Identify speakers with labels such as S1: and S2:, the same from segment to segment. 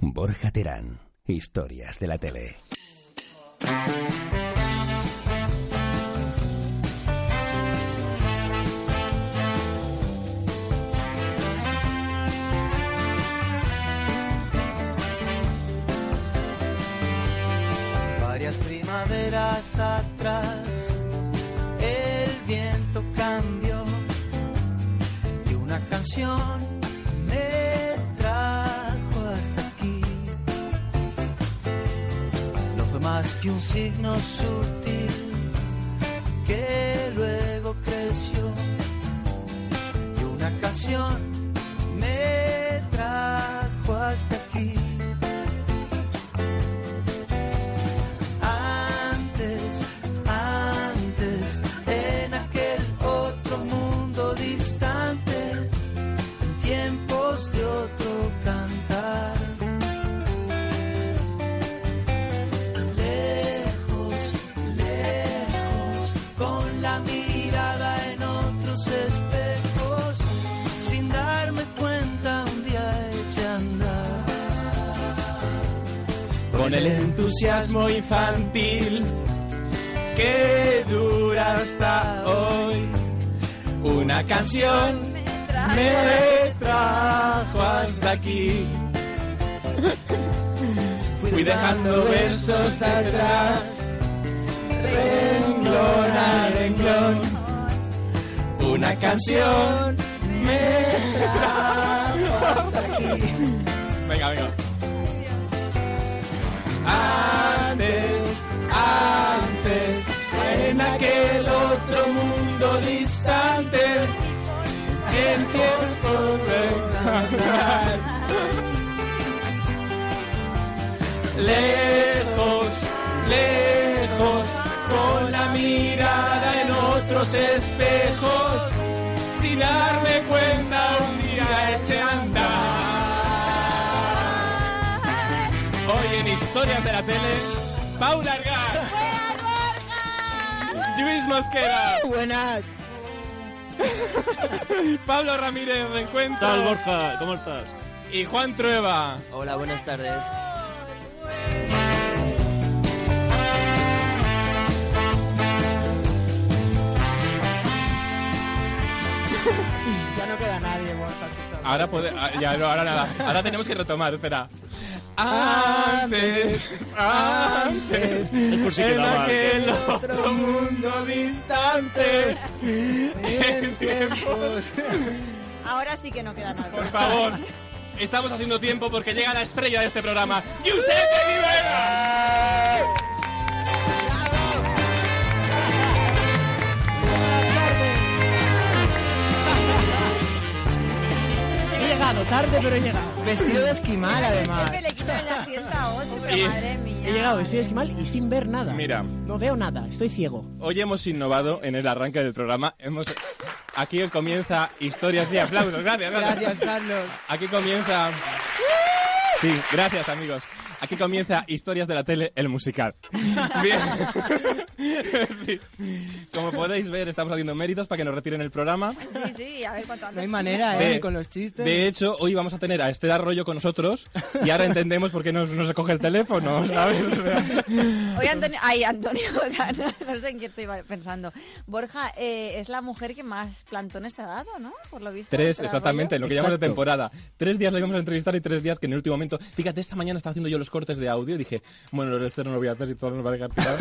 S1: Borja Terán, historias de la tele.
S2: Varias primaveras atrás, el viento cambió y una canción me trajo hasta aquí. No fue más que un signo sutil que luego creció y una canción me trajo hasta aquí. Antes, antes, en aquel otro mundo distante, en tiempos de otro cantar. Lejos, lejos, con la mirada en otros espejos, sin darme cuenta un día eché a andar.
S3: con el entusiasmo infantil que dura hasta hoy. Una canción me trajo hasta aquí. Fui dejando versos atrás, renglón a renglón. Una canción me trajo hasta aquí. Venga, venga. Antes, antes, en aquel otro mundo distante, en tiempo de cantar. Lejos, lejos, con la mirada en otros espejos, sin darme cuenta un día eché a andar. Hoy en Historias de la Tele, Paula Argar. Luis Mosquera.
S4: Buenas.
S3: Pablo Ramírez de Encuentro.
S5: tal, Borja? ¿Cómo estás?
S3: Y Juan Trueba.
S6: Hola, buenas tardes.
S4: Ya no queda nadie, Borja, escuchando.
S3: Ahora puede, ah, ya, no, ahora nada. Ahora tenemos que retomar, espera. Antes, antes,
S5: El cursi
S3: en
S5: quedaba.
S3: aquel otro mundo distante, en tiempos.
S7: Ahora sí que no queda nada.
S3: Por favor, estamos haciendo tiempo porque llega la estrella de este programa, Giuseppe Rivera.
S4: He llegado tarde, pero he llegado. Vestido de esquimal, además.
S7: Siempre le quitan la siesta a otro,
S3: Y-
S7: madre mía.
S4: He llegado vestido de esquimal y sin ver nada.
S3: Mira.
S4: No veo nada, estoy ciego.
S3: Hoy hemos innovado en el arranque del programa. Hemos, aquí comienza historias y aplausos. Gracias,
S4: Gracias, Carlos.
S3: Aquí comienza. Sí, gracias amigos. Aquí comienza Historias de la Tele, el musical. Bien. Sí. Como podéis ver, estamos haciendo méritos para que nos retiren el programa.
S7: Sí, sí, a ver cuánto antes.
S4: No hay manera, ¿eh? Con los chistes.
S3: de hecho, hoy vamos a tener a Esther Arroyo con nosotros y ahora entendemos por qué nos, nos coge el teléfono, ¿sabes? O sea,
S7: Hoy Antonio, ay, Antonio, Gana, no sé en qué te iba pensando. Borja, eh, es la mujer que más plantones te ha dado, ¿no? Por lo visto.
S3: Tres,
S7: Esther
S3: exactamente,
S7: Arroyo.
S3: lo que llamamos de
S5: Exacto.
S3: temporada. Tres días la íbamos a entrevistar y tres días que en el último momento. Fíjate, esta mañana estaba haciendo yo los cortes de audio y dije, bueno, lo de Esther no lo voy a hacer y todo nos va a dejar tirado.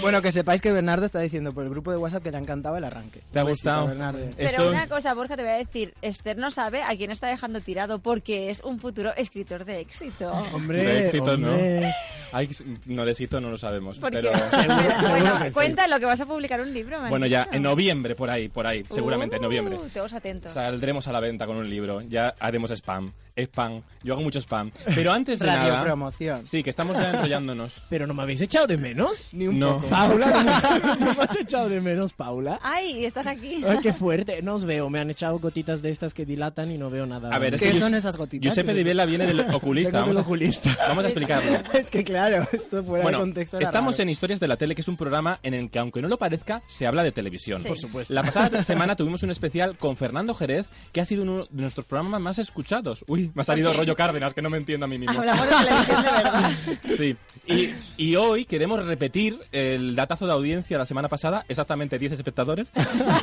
S4: Bueno, que sepáis que Bernardo está diciendo por el grupo de WhatsApp que le ha encantado el arranque.
S3: ¿Te ha
S4: Un besito,
S3: gustado?
S4: Bernardo.
S7: Pero
S3: Esto-
S7: una cosa, Borja, te voy a decir, Esther no sabe a quién está dejando tirado porque es un futuro escritor de éxito.
S4: Hombre,
S3: De éxito, ¿no?
S4: hombre.
S3: Ay, no de éxito no lo sabemos,
S7: Porque,
S3: pero...
S4: seguro que
S7: bueno,
S4: sí.
S7: cuenta lo que vas a publicar un libro. me han
S3: Bueno, ya
S7: dicho.
S3: en noviembre, por ahí, por ahí, seguramente en noviembre.
S7: Uh, Todos atentos.
S3: Saldremos a la venta con un libro, ya haremos spam. spam. Yo hago mucho spam. Pero antes de
S4: Radio
S3: nada...
S4: promoción.
S3: Sí, que estamos ya enrollándonos.
S5: Pero no me habéis echado de menos.
S4: Ni un
S3: No.
S4: poco.
S5: Paula, ¿no me- no me has echado de menos, Paula.
S7: ¡Ay, estás aquí!
S5: Ay, qué fuerte. No os veo. Me han echado gotitas de estas que dilatan y no veo nada.
S3: A ver, es
S4: ¿Qué
S3: que
S4: son
S3: Jus-
S4: esas gotitas?
S3: Giuseppe Di Bella viene del oculista.
S5: Vengo
S3: Vamos a,
S5: del oculista.
S3: vamos a explicarlo.
S4: Es que claro, esto fuera de
S3: Bueno,
S4: contexto. era
S3: estamos
S4: raro.
S3: en Historias de la Tele, que es un programa en el que, aunque no lo parezca, se habla de televisión.
S7: Sí. Por supuesto.
S3: La pasada semana tuvimos un especial con Fernando Jerez, que ha sido uno de nuestros programas más escuchados. Uy, me ha salido rollo Cárdenas, que no me entiendo a mí mismo.
S7: Hablamos de televisión de verdad.
S3: Sí. Y, y hoy queremos repetir el datazo de audiencia de la semana pasada, exactamente 10 espectadores.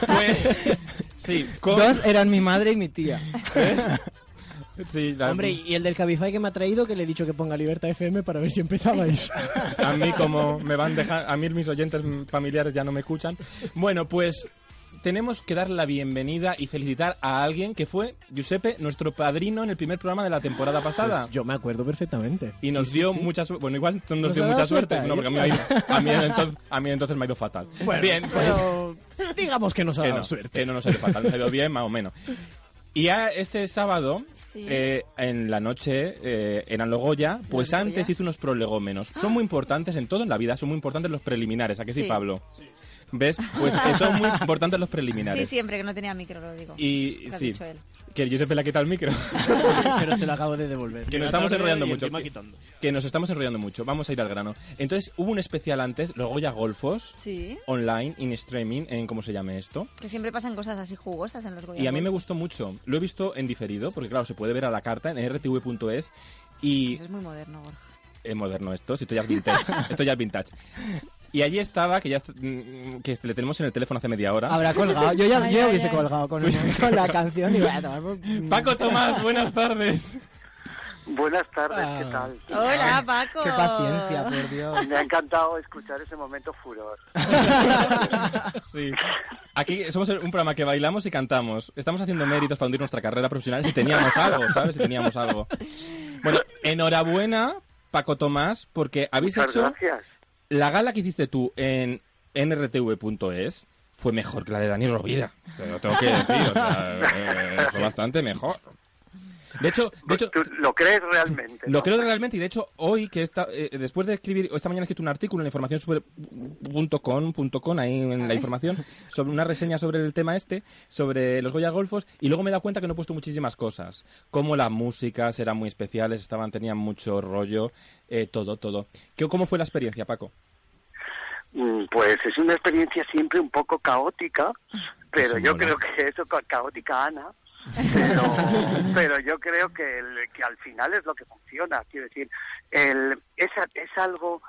S3: Fue- sí, con-
S4: Dos eran mi madre y mi tía.
S3: sí, la-
S5: Hombre, y el del Cabify que me ha traído, que le he dicho que ponga Libertad FM para ver si empezabais.
S3: A mí como me van dejar, a mí mis oyentes familiares ya no me escuchan. Bueno, pues tenemos que dar la bienvenida y felicitar a alguien que fue Giuseppe, nuestro padrino en el primer programa de la temporada pasada.
S5: Pues yo me acuerdo perfectamente.
S3: y nos dio mucha suerte. Bueno, igual no nos,
S5: Nos
S3: dio
S5: ha dado
S3: mucha suerte.
S5: suerte, ¿eh?
S3: No, porque a mí, me ha ido- a, mí entonces, a mí entonces me ha ido fatal. Bien, pues
S5: Pero digamos que nos ha
S3: que
S5: dado
S3: no,
S5: Ah, suerte.
S3: que no nos ha ido fatal, nos ha ido bien más o menos. Y a este sábado,
S7: Sí.
S3: eh, en la noche, eh, eran los Goya, pues
S7: Los Goya.
S3: antes hizo unos prolegómenos. Son muy importantes en todo en la vida, son muy importantes los preliminares, ¿a que sí,
S7: Sí.
S3: Pablo? ¿Ves? Pues eh, son muy importantes los
S7: Sí,
S3: preliminares.
S7: siempre que no tenía micro, lo digo.
S3: Y
S7: Lo ha
S3: sí,
S7: dicho él.
S3: que yo se la quita el micro.
S5: Pero se lo acabo de devolver.
S3: Que nos estamos enrollando mucho. Que, que nos estamos enrollando mucho. Vamos a ir al grano. Entonces, hubo un especial antes, los Goya Golfos,
S7: Sí.
S3: online, in streaming, en cómo se llame esto.
S7: Que siempre pasan cosas así jugosas en los Goya
S3: Y a mí me
S7: Gold.
S3: gustó mucho. Lo he visto en diferido, porque claro, se puede ver a la carta en rtv.es y
S7: Es muy moderno, Borja.
S3: es moderno esto, si esto ya es vintage, esto ya es vintage. Y allí estaba que ya est- mm, que le tenemos en el teléfono hace media hora.
S4: Habrá colgado. Yo ya,
S7: Ay,
S4: yo ya
S7: ay,
S4: hubiese
S7: ay.
S4: colgado con, con la canción y voy a tomar por-
S3: Paco Tomás, buenas tardes.
S6: Buenas tardes,
S5: Ah.
S6: ¿qué tal?
S7: Hola, Paco.
S4: Qué paciencia, por Dios.
S6: Me ha encantado escuchar ese momento furor.
S3: Sí. Aquí somos un programa que bailamos y cantamos. Estamos haciendo méritos para hundir nuestra carrera profesional si teníamos algo, ¿sabes? Si teníamos algo. Bueno, enhorabuena, Paco Tomás, porque habéis
S6: Muchas
S3: hecho
S6: gracias.
S3: La gala que hiciste tú en nrtv.es fue mejor que la de Dani Rovira. Te lo tengo que decir, o sea, eh, fue bastante mejor. De hecho, de hecho,
S6: Pues ¿Tú lo crees realmente?
S3: lo
S6: no?
S3: creo realmente y de hecho hoy que esta, eh, después de escribir esta mañana he escrito un artículo en informacionsuper.com.com ahí en la información sobre una reseña sobre el tema este sobre los Goya Golfos y luego me he dado cuenta que no he puesto muchísimas cosas como las músicas eran muy especiales estaban tenían mucho rollo eh, todo todo ¿Qué, cómo fue la experiencia Paco
S6: Mm, Pues es una experiencia siempre un poco caótica, pero
S3: Eso
S6: yo
S3: mola.
S6: creo que eso, ca- caótica Ana, pero, pero yo creo que, el- que al final es lo que funciona. Quiero decir, el, es, a- es algo,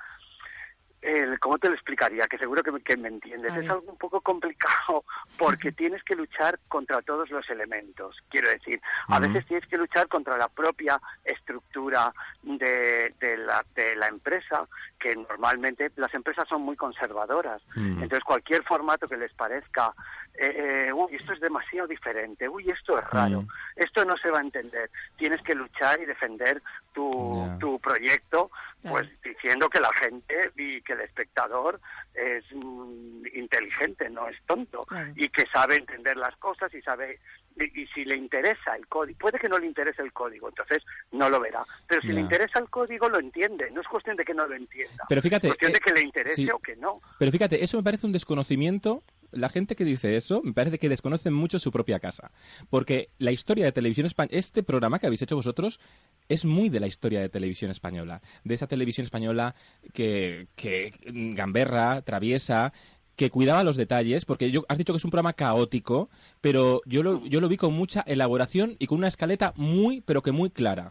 S6: el, ¿cómo te lo explicaría? Que seguro que me, que me entiendes.
S7: A ver.
S6: Es algo un poco complicado porque tienes que luchar contra todos los elementos. Quiero decir, a
S3: Ujú.
S6: veces tienes que luchar contra la propia estructura de, de la, de la empresa, que normalmente las empresas son muy conservadoras.
S3: Mm.
S6: Entonces, cualquier formato que les parezca, eh, eh, uy, esto es demasiado diferente, uy, esto es raro,
S3: Mm.
S6: esto no se va a entender. Tienes que luchar y defender tu,
S3: Ya.
S6: tu proyecto,
S7: Claro.
S6: pues diciendo que la gente y que el espectador es mm, inteligente, no es tonto,
S7: Claro.
S6: y que sabe entender las cosas y sabe. Y, y si le interesa el código, puede que no le interese el código, entonces no lo verá. Pero si
S3: Ya.
S6: le interesa el código, lo entiende. No es cuestión de que no lo entienda.
S3: Pero fíjate,
S6: Es cuestión
S3: eh,
S6: de que le interese
S3: sí.
S6: o que no.
S3: Pero fíjate, eso me parece un desconocimiento. La gente que dice eso, me parece que desconocen mucho su propia casa. Porque la historia de televisión española, este programa que habéis hecho vosotros, es muy de la historia de televisión española. De esa televisión española que, que mm, gamberra, traviesa, que cuidaba los detalles. Porque yo, has dicho que es un programa caótico, pero yo lo, yo lo vi con mucha elaboración y con una escaleta muy, pero que muy clara.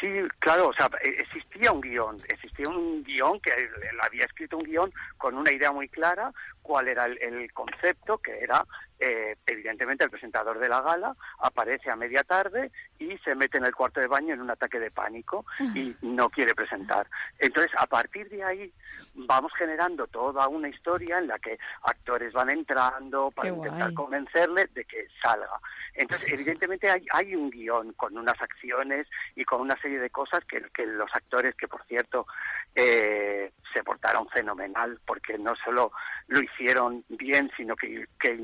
S6: Sí, claro, o sea, e- existía un guión, existía un guión que él él había escrito un guión con una idea muy clara, cuál era el, el concepto, que era, eh, evidentemente, el presentador de la gala aparece a media tarde y se mete en el cuarto de baño en un ataque de pánico y no quiere presentar. Entonces, a partir de ahí, vamos generando toda una historia en la que actores van entrando para
S7: Qué
S6: intentar
S7: guay.
S6: convencerle de que salga. Entonces, evidentemente hay, hay un guión con unas acciones y con una serie de cosas que, que los actores, que por cierto eh, se portaron fenomenal, porque no solo lo hicieron bien, sino que, que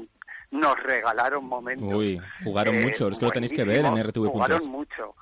S6: nos regalaron momentos.
S3: Uy, jugaron mucho, es que lo tenéis que ver
S6: buenísimos,
S3: en RTV.es.
S6: Eh, Jugaron mucho.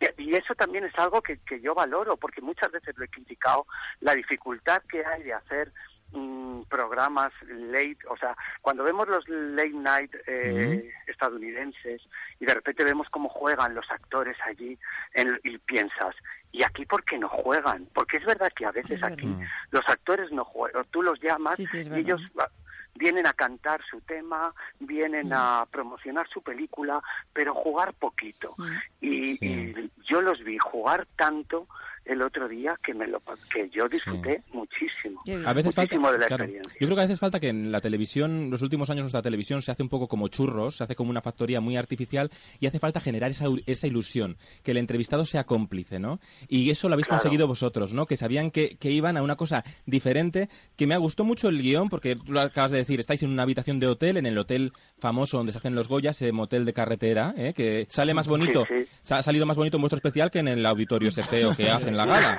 S6: Y- Y eso también es algo que, que yo valoro, porque muchas veces lo he criticado, la dificultad que hay de hacer mm, programas late, o sea, cuando vemos los late night eh, estadounidenses y de repente vemos cómo juegan los actores allí en- y piensas, ¿y aquí por qué no juegan? Porque es verdad que a veces
S7: Es
S6: aquí
S3: verdad.
S6: los actores no juegan, tú los llamas
S7: Sí, sí, es
S6: y
S7: verdad.
S6: ellos ah, vienen a cantar su tema, vienen a promocionar su película, pero jugar poquito. Y, y yo los vi jugar tanto el otro día que me lo que yo disfruté muchísimo.
S7: Qué bien.
S3: A veces falta,
S6: Muchísimo de la
S3: claro.
S6: experiencia.
S3: yo creo que a veces falta que en la televisión, los últimos años nuestra televisión se hace un poco como churros, se hace como una factoría muy artificial y hace falta generar esa, esa ilusión, que el entrevistado sea cómplice, ¿no? Y eso lo habéis
S6: Claro.
S3: conseguido vosotros, ¿no? Que sabían que, que iban a una cosa diferente, que me gustó mucho el guión, porque tú lo acabas de decir, estáis en una habitación de hotel, en el hotel famoso donde se hacen los Goya, ese motel de carretera, ¿eh? que sale más bonito,
S6: Sí, sí.
S3: sa- ha salido más bonito en vuestro especial que en el auditorio ese feo que hacen la gala.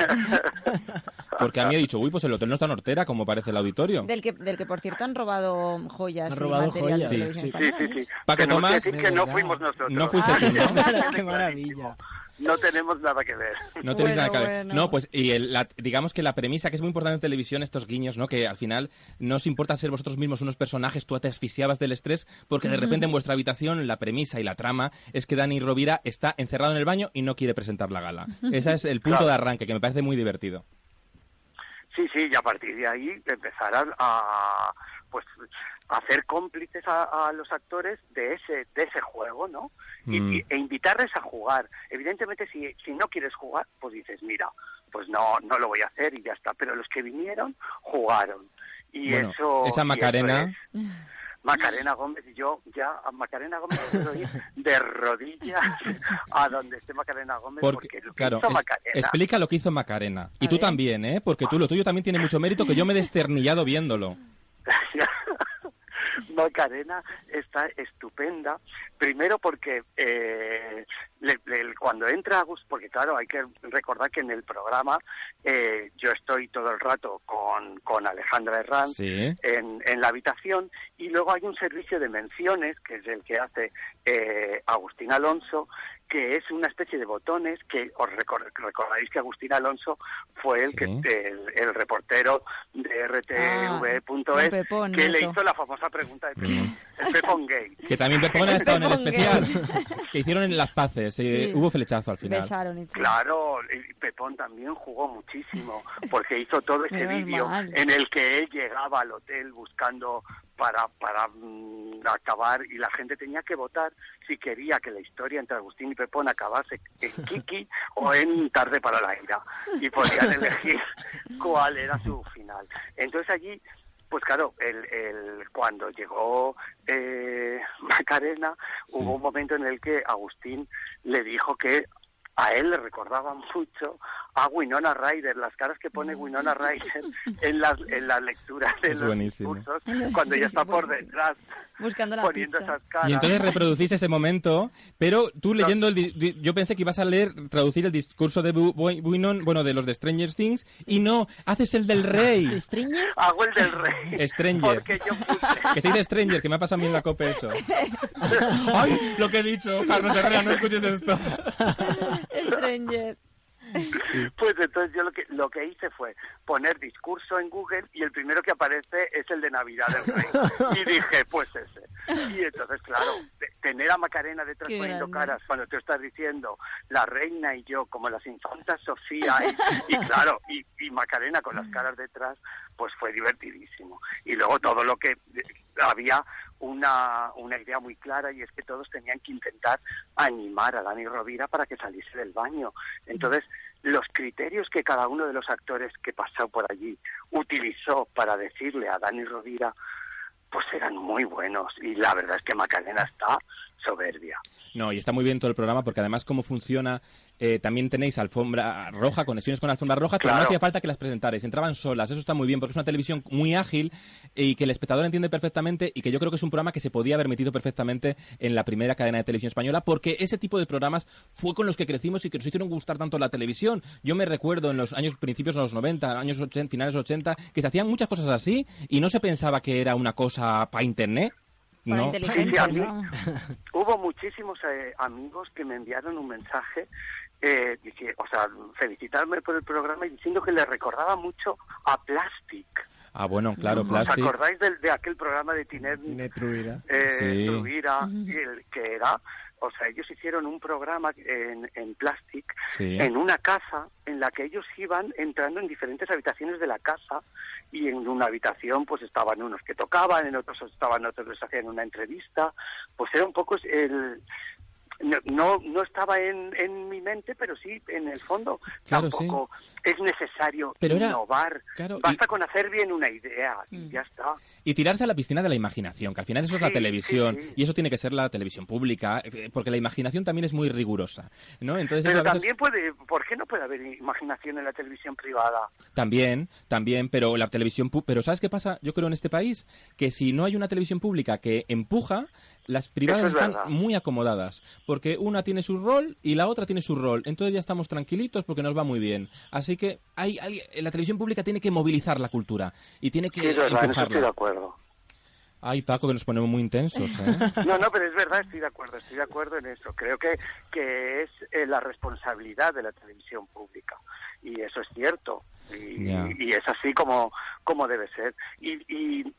S3: Porque a mí he dicho, uy, pues el hotel no está en Hortera, como parece el auditorio.
S7: Del que, del que, por cierto, han robado joyas
S5: Han
S7: y
S5: robado
S7: material de
S5: joyas,
S6: Sí,
S5: sí, sí.
S7: televisión española,
S6: sí,
S7: ¿no?
S6: sí.
S3: Paco
S6: Tenemos
S3: Tomás,
S6: que decir
S5: de
S6: que no
S5: verdad.
S6: fuimos nosotros.
S3: No fuiste tú, ¿no?
S5: Qué maravilla.
S6: No tenemos nada que ver.
S3: No tenéis nada
S7: Bueno,
S3: que ver.
S7: bueno.
S3: No, pues y el- la- digamos que la premisa, que es muy importante en televisión, estos guiños, ¿no? Que al final no os importa ser vosotros mismos unos personajes, tú te asfixiabas del estrés, porque de repente en vuestra habitación la premisa y la trama es que Dani Rovira está encerrado en el baño y no quiere presentar la gala. Ese es el punto
S6: Claro.
S3: de arranque, que me parece muy divertido.
S6: Sí, sí, y a partir de ahí empezar a, a, pues a hacer cómplices a, a los actores de ese de ese juego, ¿no? Y-
S3: Mm.
S6: y- e invitarles a jugar. Evidentemente, si, si no quieres jugar, pues dices, mira, pues no no lo voy a hacer y ya está. Pero los que vinieron jugaron y
S3: Bueno,
S6: eso y
S3: esa
S6: eso
S3: Macarena-
S6: es. Macarena Gómez y yo ya a Macarena Gómez me puedo ir de rodillas a donde esté Macarena Gómez porque,
S3: Porque,
S6: lo que
S3: claro,
S6: hizo
S3: es-
S6: Macarena
S3: explica lo que hizo Macarena. Y
S7: A
S3: tú
S7: ver.
S3: también, ¿eh? Porque tú lo tuyo también tiene mucho mérito, que yo me he desternillado viéndolo.
S6: Macarena está estupenda. Primero porque eh, le- le- cuando entra Agus, porque claro, hay que recordar que en el programa eh, yo estoy todo el rato con, con Alejandra Herranz
S3: Sí.
S6: en, en la habitación y luego hay un servicio de menciones que es el que hace eh, Agustín Alonso que es una especie de botones que os recor- recordaréis que Agustín Alonso fue el
S3: Sí.
S6: que el, el reportero de
S7: Ah,
S6: rtv.es
S7: don Pepón,
S6: E que le
S7: Neto.
S6: hizo la famosa pregunta de Pepón, el Pepón Gay
S3: Que también Pepón ha estado en el
S7: Pepón
S3: especial. Que hicieron en las paces. eh,
S7: Sí.
S3: Hubo flechazo al final.
S7: Besaron y todo.
S6: Claro, y Pepón también jugó muchísimo, porque hizo todo ese
S7: Menos
S6: vídeo
S7: mal.
S6: en el que él llegaba al hotel buscando para, para mm, acabar y la gente tenía que votar si quería que la historia entre Agustín y Pepón acabase en Kiki o en Tarde para la Ira. Y podían elegir cuál era su final. Entonces allí pues claro, el, el- cuando llegó eh, Macarena, hubo un momento en el que Agustín le dijo que a él le recordaba mucho a Winona Ryder, las caras que
S7: Mm.
S6: pone Winona Ryder en las en la lectura de
S3: Es
S6: los
S3: buenísimo.
S6: discursos, cuando ella está por
S7: buenísimo.
S6: detrás
S7: Buscando la
S6: poniendo
S7: pizza.
S6: esas caras.
S3: Y entonces reproducís ese momento, pero tú leyendo el... di- di- Yo pensé que ibas a leer, traducir el discurso de Bu- Bu- Buinon, bueno, de los de Stranger Things, y no, haces el del rey.
S7: ¿Stringer?
S6: Hago el del rey.
S3: Stranger.
S6: Porque yo puse...
S3: Que soy de Stranger, que me ha pasado a mí en la copa eso. ¡Ay, lo que he dicho! Carlos Herrera, no escuches esto.
S7: Stranger.
S6: Pues entonces yo lo que, lo que hice fue poner discurso en Google y el primero que aparece es el de Navidad del Rey. Y dije, pues ese. Y entonces, claro, te- tener a Macarena detrás
S7: Qué
S6: poniendo
S7: grande.
S6: caras cuando tú estás diciendo la reina y yo, como las infantas Sofía, y, y claro, y, y Macarena con las caras detrás, pues fue divertidísimo. Y luego todo lo que eh, había una, una idea muy clara y es que todos tenían que intentar animar a Dani Rovira para que saliese del baño. Entonces, los criterios que cada uno de los actores que pasó por allí utilizó para decirle a Dani Rovira, pues eran muy buenos. Y la verdad es que Macarena está soberbia.
S3: No, y está muy bien todo el programa porque además cómo funciona, eh, también tenéis alfombra roja, conexiones con alfombra roja, pero no
S6: Claro.
S3: hacía falta que las presentarais, entraban solas, eso está muy bien porque es una televisión muy ágil y que el espectador entiende perfectamente y que yo creo que es un programa que se podía haber metido perfectamente en la primera cadena de televisión española porque ese tipo de programas fue con los que crecimos y que nos hicieron gustar tanto la televisión. Yo me recuerdo en los años principios de los 90, años 80, finales 80, que se hacían muchas cosas así y no se pensaba que era una cosa para internet.
S7: Para
S3: no.
S6: Sí, sí, a
S7: inteligentes,
S6: mí.
S7: ¿no?
S6: Hubo muchísimos eh, amigos que me enviaron un mensaje, eh, dici- o sea, felicitarme por el programa y diciendo que le recordaba mucho a Plastic.
S3: Ah, bueno, claro,
S6: ¿Os
S3: plástico.
S6: acordáis del, de aquel programa de Tiner
S5: Netruira.
S6: eh,
S3: Sí.
S6: Rovira, el que era, o sea, ellos hicieron un programa en, en Plastic,
S3: Sí.
S6: en una casa en la que ellos iban entrando en diferentes habitaciones de la casa y en una habitación pues estaban unos que tocaban, en otros estaban otros les hacían una entrevista, pues era un poco el... No, no, no estaba en, en mi mente, pero sí, en el fondo,
S3: Claro, sí.
S6: tampoco es necesario
S3: Pero era-
S6: innovar.
S3: claro, y-
S6: Basta con hacer bien una idea y ya está.
S3: Y tirarse a la piscina de la imaginación, que al final eso es la
S6: Sí,
S3: televisión,
S6: sí, sí.
S3: y eso tiene que ser la televisión pública, eh, porque la imaginación también es muy rigurosa, ¿no? Entonces eso
S6: Pero
S3: a veces-
S6: también puede, ¿por qué no puede haber imaginación en la televisión privada?
S3: También, también, pero la televisión... pu- Pero ¿sabes qué pasa? Yo creo en este país que si no hay una televisión pública que empuja, las privadas
S6: Eso es
S3: están
S6: verdad.
S3: muy acomodadas. Porque una tiene su rol y la otra tiene su rol. Entonces ya estamos tranquilitos porque nos va muy bien. Así que hay, hay- eh, la televisión pública tiene que movilizar la cultura y tiene que
S6: Sí, es verdad, en eso estoy de
S3: empujarla.
S6: acuerdo.
S3: Ay, Paco, que nos ponemos muy intensos, ¿eh?
S6: No, no, pero es verdad, estoy de acuerdo, estoy de acuerdo en eso. Creo que, que es eh, la responsabilidad de la televisión pública. Y eso es cierto. Y,
S3: Ya.
S6: y es así como, como debe ser. Y, y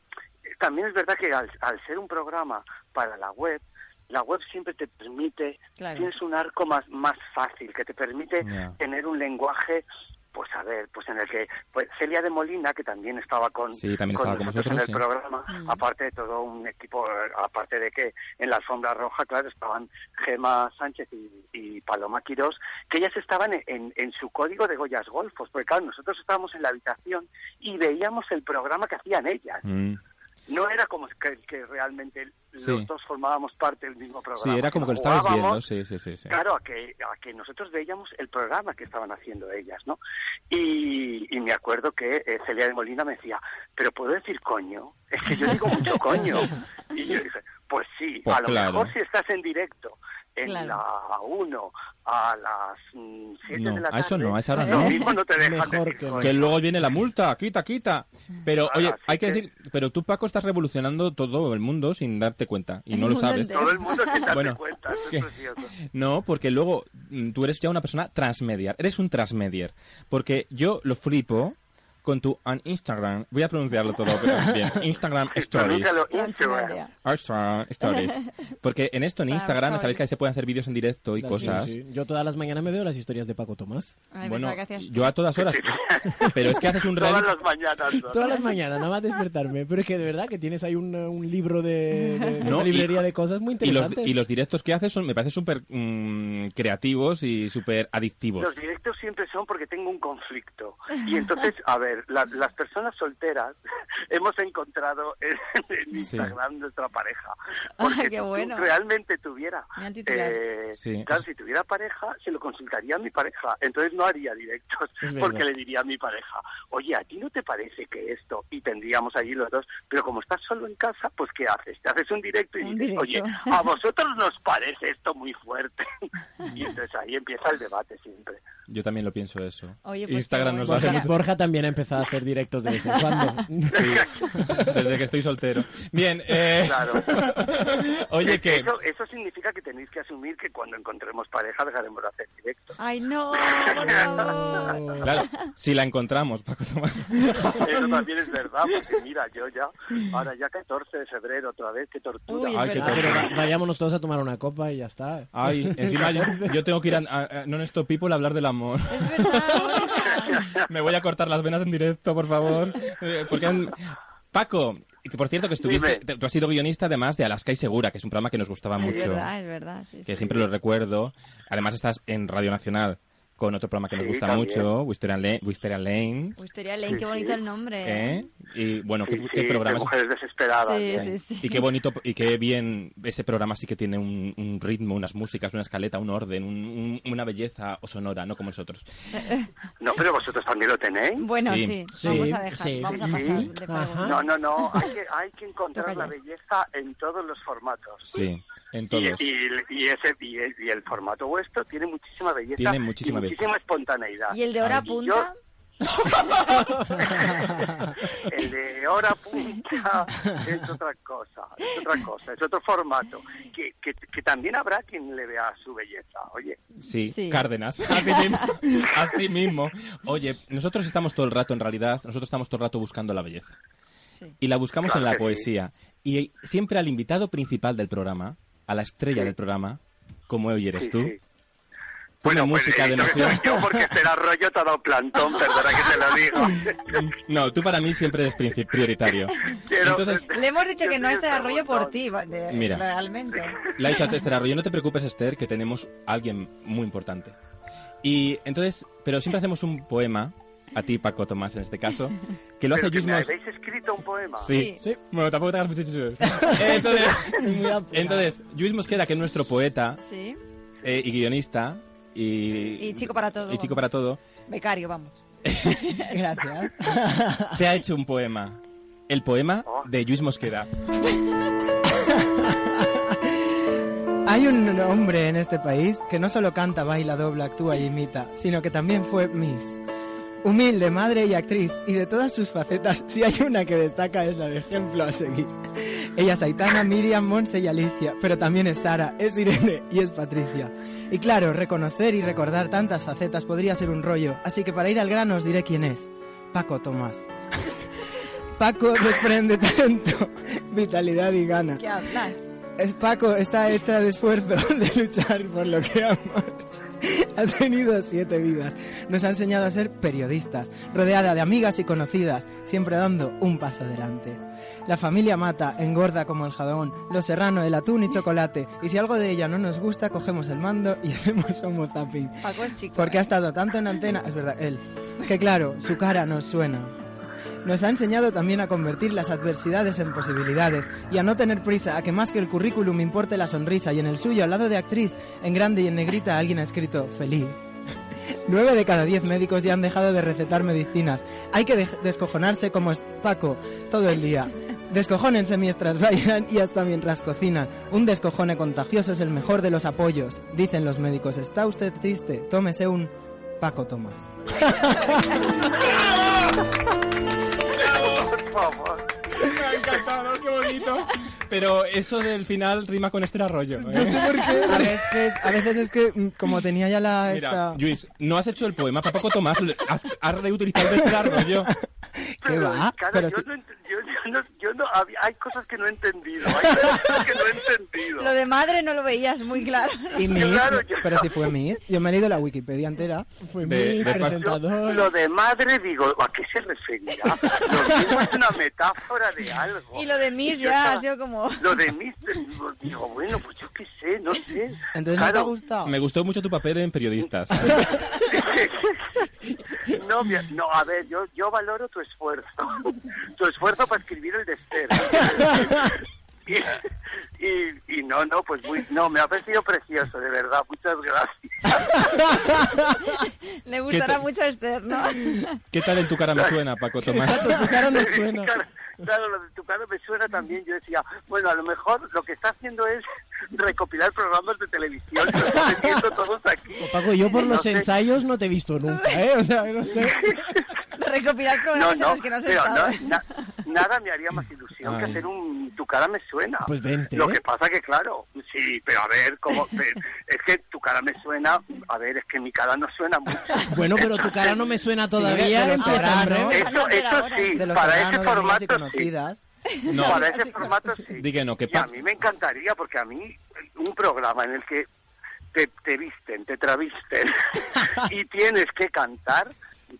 S6: también es verdad que al, al ser un programa para la web, la web siempre te permite,
S7: Claro.
S6: tienes un arco más, más fácil, que te permite
S3: Ya.
S6: tener un lenguaje, pues a ver, pues en el que pues Celia de Molina, que también estaba con,
S3: Sí, también
S6: con
S3: estaba con
S6: nosotros en el
S3: vosotros, sí.
S6: programa,
S3: Mm.
S6: aparte de todo un equipo, eh, aparte de que en la alfombra roja, claro, estaban Gema Sánchez y, y Paloma Quirós, que ellas estaban en, en- en su código de Goyas Golfos, porque claro, nosotros estábamos en la habitación y veíamos el programa que hacían ellas.
S3: Mm.
S6: No era como que, que realmente
S3: Sí.
S6: los dos formábamos parte del mismo
S3: Sí,
S6: programa.
S3: era como que lo estabas
S6: Jugábamos,
S3: viendo, sí, sí, sí. sí.
S6: Claro, a que, a que nosotros veíamos el programa que estaban haciendo ellas, ¿no? Y, y me acuerdo que eh, Celia de Molina me decía, pero ¿puedo decir coño? Es que yo digo mucho coño. Y yo dije, pues sí,
S3: Pues
S6: a lo
S3: claro.
S6: mejor si estás en directo en
S7: Claro.
S6: la 1 a las 7
S3: No,
S6: de la
S3: a
S6: tarde.
S3: eso no, a esa hora
S6: lo
S3: no.
S6: mismo no te dejan
S5: Mejor
S6: decir
S5: que no.
S6: coño.
S3: Que luego viene la multa, quita, quita. Pero,
S6: Ah,
S3: oye,
S6: sí
S3: hay que
S6: que-
S3: decir, pero tú, Paco, estás revolucionando todo el mundo sin darte cuenta. Y
S7: El
S3: no lo
S7: mundo
S3: sabes.
S7: entero.
S6: Todo el mundo se da
S3: Bueno,
S6: cuenta, eso
S3: que-
S6: es precioso.
S3: No, porque luego mm, tú eres ya una persona transmediar. Eres un transmediar. Porque yo lo flipo con tu an Instagram. Voy a pronunciarlo todo pero bien. Instagram
S6: Sí,
S3: Stories.
S6: pronúncialo, Instagram.
S7: Transmedia.
S3: Instagram Stories. Porque en esto, en
S7: Instagram
S3: Instagram, sabéis
S7: Stories.
S3: que ahí se pueden hacer vídeos en directo y cosas.
S5: Ah, Sí, sí. Yo todas las mañanas me veo las historias de Paco Tomás.
S7: Ay,
S3: Bueno,
S7: pensaba que hacías
S3: yo a todas horas. Pero es que haces un
S6: Todas
S3: reality
S6: las mañanas. ¿no?
S5: Todas las mañanas, nada más despertarme. Pero es que de verdad que tienes ahí un, un libro de, de- de
S3: No,
S5: una
S3: y-
S5: librería de cosas muy
S3: Y los,
S5: interesantes.
S3: y los directos que haces son, me parecen súper mm, creativos y súper adictivos.
S6: Los directos siempre son porque tengo un conflicto. Y entonces, a ver, la- las personas solteras hemos encontrado en, en
S3: Sí.
S6: Instagram nuestra pareja.
S7: Ah,
S6: Porque
S7: qué
S6: si tú
S7: bueno.
S6: realmente tuviera.
S7: Gran titular.
S6: eh,
S3: Sí.
S6: Claro, si tuviera pareja, se lo consultaría a mi pareja. Entonces no haría directos
S5: Es verdad.
S6: porque le diría a mi pareja, oye, ¿a ti no te parece que esto? Y tendríamos allí los dos. Pero como estás solo en casa, pues ¿qué haces? Te haces un directo y
S7: Un
S6: dices, oye,
S7: directo.
S6: a vosotros nos parece esto muy fuerte. y entonces ahí empieza el debate siempre.
S3: Yo también lo pienso eso.
S7: Oye, pues
S3: Instagram
S7: qué
S3: nos
S7: bueno.
S3: hace
S5: Borja,
S7: Mira.
S5: Borja también ha empezado a hacer directos de vez en cuando.
S3: mucho- desde que estoy soltero. Bien, eh,
S6: Claro.
S3: oye
S6: Es-
S3: que
S6: Eso, eso significa que tenéis que asumir que cuando encontremos pareja dejaremos de hacer directo.
S7: Ay, no, por favor.
S3: claro, si la encontramos, Paco Tomás.
S6: Eso también es verdad, porque mira, yo ya, ahora ya 14 de febrero otra vez, qué tortura.
S7: Uy, es
S3: Ay, qué
S7: verdad.
S5: Pero
S3: tortura.
S5: va- vayámonos todos a tomar una copa y ya está.
S3: Ay, encima yo, yo tengo que ir a, a- a Non Stop People a hablar del amor.
S7: Es verdad, Borja.
S3: Me voy a cortar las venas en directo, por favor. Eh, Porque han- Paco, que por cierto que estuviste,
S6: Dime.
S3: te- tú has sido guionista además de Alaska y Segura, que es un programa que nos gustaba
S7: Es
S3: mucho.
S7: verdad, es verdad. sí,
S3: que
S7: sí.
S3: siempre lo recuerdo. Además estás en Radio Nacional con otro programa que nos
S6: Sí,
S3: gusta
S6: también.
S3: mucho, Wisteria Lane. Wisteria Lane
S7: Wisteria Lane, qué bonito el nombre.
S3: ¿eh? Y bueno,
S6: Sí,
S3: qué,
S6: sí,
S3: qué
S6: de
S3: programa. es-
S6: mujeres desesperadas.
S7: Sí,
S6: ¿eh?
S7: sí, sí.
S3: Y qué bonito y qué bien ese programa sí que tiene un, un ritmo, unas músicas, una escaleta, un orden, un- un- una belleza o sonora, no como nosotros.
S6: No, pero vosotros también lo tenéis.
S7: Bueno,
S3: Sí,
S7: sí,
S3: sí,
S7: vamos a dejar,
S5: sí.
S7: vamos a
S6: Sí.
S7: pasar de pago.
S5: Ajá.
S6: No, no, no, hay que, hay que encontrar
S7: Toca
S6: la
S7: ya.
S6: belleza en todos los formatos.
S3: Sí, en
S6: Y,
S3: todos.
S6: y, y ese, y, el, y el formato vuestro tiene muchísima belleza
S3: Tiene muchísima
S6: y muchísima espontaneidad.
S7: ¿Y el de hora
S6: Y yo-
S7: punta?
S6: el de hora punta es otra cosa, es otra cosa, es otro formato, que, que, que también habrá quien le vea su belleza, oye.
S3: Sí,
S7: Sí.
S3: Cárdenas. Así mismo. Así mismo. Oye, nosotros estamos todo el rato, en realidad, nosotros estamos todo el rato buscando la belleza.
S7: Sí.
S3: Y la buscamos en
S6: Claro
S3: la
S6: que sí.
S3: poesía. Y siempre al invitado principal del programa, a la estrella
S6: Sí.
S3: del programa, como hoy eres
S6: Sí,
S3: tú,
S6: sí.
S3: pone
S6: pues,
S3: música
S6: eh,
S3: de
S6: yo-
S3: emoción.
S6: Yo porque será rollo todo plantón, perdona que te lo digo.
S3: No, tú para mí siempre eres princi- prioritario.
S6: Quiero-
S3: Entonces,
S7: Le hemos dicho que no
S6: Yo
S7: este
S6: soy
S7: arroyo por
S6: preguntón.
S7: ti, va- de-
S3: Mira.
S7: realmente.
S3: Le ha dicho a Esther Arroyo, no te preocupes, Esther, que tenemos a alguien muy importante. Y entonces, pero siempre hacemos un poema, a ti, Paco Tomás, en este caso, que lo hace
S6: Pero que me
S3: Yusmos.
S6: habéis escrito un poema.
S3: Sí.
S5: Sí.
S3: Bueno, tampoco tengas muchas Entonces, entonces Luis Mosqueda, que es nuestro poeta
S7: Sí.
S3: eh, y guionista y,
S7: Y chico para todo.
S3: y chico para todo,
S7: Becario, vamos.
S4: Gracias.
S3: te ha hecho un poema. El poema
S6: Oh.
S3: de Luis Mosqueda.
S4: Hay un hombre en este país que no solo canta, baila, dobla, actúa y imita, sino que también fue Miss. Humilde madre y actriz, y de todas sus facetas, si hay una que destaca es la de ejemplo a seguir. Ella es Aitana, Miriam, Monse y Alicia, pero también es Sara, es Irene y es Patricia. Y claro, reconocer y recordar tantas facetas podría ser un rollo, así que para ir al grano os diré quién es. Paco Tomás. Paco desprende talento, vitalidad y ganas.
S7: ¿Qué hablas?
S4: Es Paco está hecha de esfuerzo de luchar por lo que amamos. Ha tenido siete vidas. Nos ha enseñado a ser periodistas, rodeada de amigas y conocidas, siempre dando un paso adelante. La familia mata, engorda como el jadón, lo serrano, el atún y chocolate. Y si algo de ella no nos gusta, cogemos el mando y hacemos homo zapping.
S7: Paco es chico.
S4: Porque ha
S7: ¿eh?
S4: estado tanto en antena, es verdad, él, que claro, su cara nos suena. Nos ha enseñado también a convertir las adversidades en posibilidades y a no tener prisa, a que más que el currículum importe la sonrisa y en el suyo, al lado de actriz, en grande y en negrita, alguien ha escrito feliz. Nueve de cada diez médicos ya han dejado de recetar medicinas. Hay que dej- descojonarse como es Paco todo el día. Descojónense mientras bailan y hasta mientras cocinan. Un descojone contagioso es el mejor de los apoyos. Dicen los médicos, está usted triste, tómese un Paco Tomás.
S6: Por favor.
S3: Me ha encantado, qué bonito. Pero eso del final rima con Esther Arroyo. ¿eh?
S4: A veces, a veces es que, mm, como tenía ya la...
S3: Mira,
S4: Esta...
S3: Luis, no has hecho el poema para Paco Tomás, le- has, has reutilizado Esther Arroyo.
S4: ¿Qué va?
S6: claro,
S4: Pero
S6: yo,
S4: sí.
S6: no, ent- yo- yo no- yo no- hab- hay cosas que no he entendido. Hay cosas que no he entendido.
S7: Lo de madre no lo veías muy claro.
S4: Y Miss,
S6: Claro, yo-
S4: pero si fue Miss, yo me he leído la Wikipedia entera.
S5: Fue
S3: De- de-
S5: muy
S6: Yo-
S5: presentador.
S6: lo de madre, digo, ¿a qué se referirá? Lo mismo es una metáfora de algo.
S7: Y lo de Miss
S6: Y yo
S7: ya ha
S6: estaba-
S7: sido como...
S6: Lo de mí, digo, digo, bueno, pues yo qué sé, no sé.
S4: Entonces, ¿no te ha
S6: claro,
S4: gustado?
S3: Me gustó mucho tu papel en Periodistas.
S6: no, mira, no, a ver, yo, yo valoro tu esfuerzo. Tu esfuerzo para escribir el de Esther. Y, y- y no, no, pues muy, no, me ha parecido precioso, de verdad, muchas gracias.
S7: Le gustará
S3: te-
S7: mucho a Esther, ¿no?
S3: ¿Qué tal en tu cara me suena, Paco Tomás?
S5: Exacto, tu cara no suena.
S6: Claro, claro, lo de tu cara me suena también. Yo decía, bueno, a lo mejor lo que está haciendo es recopilar programas de televisión y los está metiendo todos aquí.
S5: Pues, Paco, yo por
S6: No
S5: los
S6: sé.
S5: ensayos no te he visto nunca, ¿eh? O sea, no sé.
S7: Recopilar
S6: No,
S7: programas en
S6: no,
S7: los que no has
S6: pero
S7: estado.
S6: no, na- nada me haría más ilusión que
S3: Ay.
S6: hacer un Tu cara me suena.
S5: Pues vente,
S6: Lo
S5: ¿eh?
S6: que pasa que, claro, sí, pero a ver, como, es que Tu cara me suena, a ver, es que mi cara no suena mucho.
S5: Bueno, pero tu cara no me suena
S4: Sí,
S5: todavía.
S4: de
S3: ¿eh?
S4: los
S5: empieza en
S4: Serrano,
S5: breve.
S7: Vamos
S6: Eso,
S7: a hacer
S6: eso
S7: ahora.
S6: sí,
S4: De los
S6: para ese
S4: Serrano, de amigas y
S6: formato sí.
S4: conocidas.
S3: No,
S6: Para ese formato sí.
S3: Di que no, que
S6: Y a
S3: pa-
S6: mí me encantaría, porque a mí un programa en el que te, te visten, te travisten y tienes que cantar,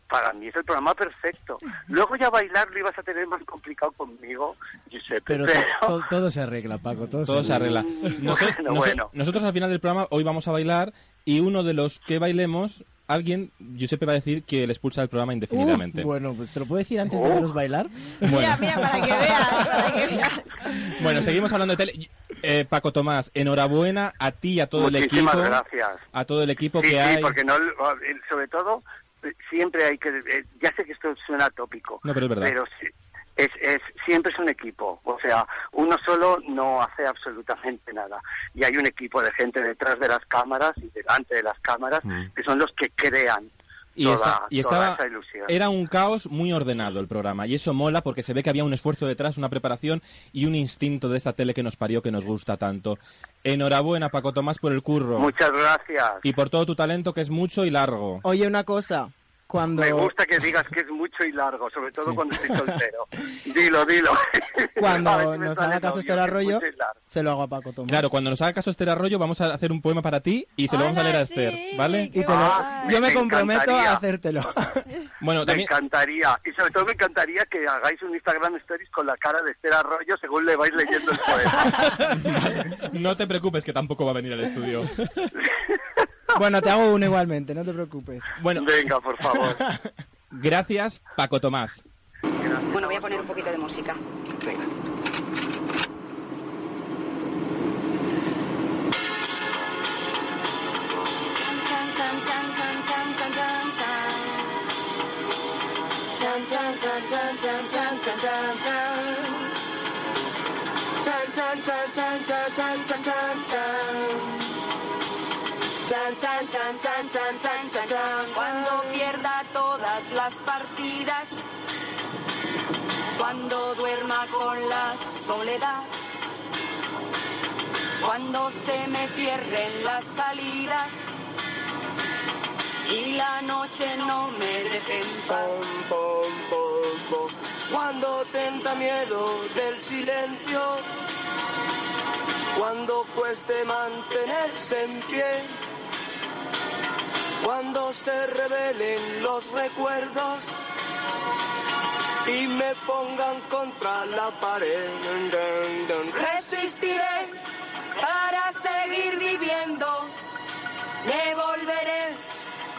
S6: para mí es el programa perfecto. Luego ya bailar lo ibas a tener más complicado conmigo, Giuseppe.
S5: Pero to- to- todo se arregla, Paco. Todo,
S3: Todo se arregla.
S6: Mm,
S3: Noso-
S6: bueno,
S3: noso-
S6: bueno.
S3: Nosotros al final del programa hoy vamos a bailar y uno de los que bailemos, alguien, Giuseppe va a decir que le expulsa del programa
S5: Uh,
S3: indefinidamente.
S5: bueno, pues te lo puedo decir antes de verlos bailar.
S7: Mira, mira, para que veas, para que veas.
S3: Bueno, seguimos hablando de tele. Eh, Paco Tomás, enhorabuena a ti y a todo el
S6: Muchísimas
S3: equipo.
S6: gracias.
S3: A todo el equipo
S6: Sí,
S3: que
S6: sí,
S3: hay.
S6: porque no, eh, sobre todo, eh, siempre hay que. eh, Ya sé que esto suena tópico.
S3: No, pero es verdad.
S6: Pero sí, es, es, siempre es un equipo. O sea, uno solo no hace absolutamente nada. Y hay un equipo de gente detrás de las cámaras y delante de las cámaras que son los que crean.
S3: Mm. Y,
S6: Toda-
S3: esta- y
S6: toda
S3: estaba,
S6: esa ilusión.
S3: era un caos muy ordenado el programa y eso mola porque se ve que había un esfuerzo detrás, una preparación y un instinto de esta tele que nos parió que nos gusta tanto. Enhorabuena Paco Tomás por el curro
S6: Muchas gracias.
S3: y por todo tu talento que es mucho y largo.
S4: Oye, una cosa. Cuando,
S6: Me gusta que digas que es mucho y largo, sobre todo cuando estoy soltero. Dilo, dilo. A ver
S4: cuando
S6: si me
S4: nos
S6: sale
S4: haga caso
S6: novio,
S4: este
S6: que es
S4: arroyo,
S6: mucho y largo.
S4: se lo hago a Paco Tomás.
S3: Claro, cuando nos haga caso Esther Arroyo vamos a hacer un poema para ti y se lo vamos a
S7: Hola,
S3: leer a
S7: sí,
S3: Esther, ¿vale?
S7: qué
S4: Y te lo-
S6: Ah,
S4: yo
S6: me
S4: me comprometo
S6: encantaría.
S4: a hacértelo.
S3: Bueno,
S6: Me
S3: también...
S6: encantaría. Y sobre todo me encantaría que hagáis un Instagram Stories con la cara de Esther Arroyo según le vais leyendo el poema.
S3: No te preocupes que tampoco va a venir al estudio.
S4: bueno, te hago uno igualmente, no te preocupes.
S3: Bueno,
S6: Venga, por favor.
S3: gracias Paco Tomás.
S8: Bueno, voy a poner un poquito de música.
S6: Venga.
S8: Cuando pierda todas las partidas, cuando duerma con la soledad, cuando se me cierren las salidas y la noche no me deje en paz.
S2: Cuando tenta miedo del silencio, cuando cueste mantenerse en pie, cuando se revelen los recuerdos y me pongan contra la pared.
S8: Resistiré para seguir viviendo. Me volveré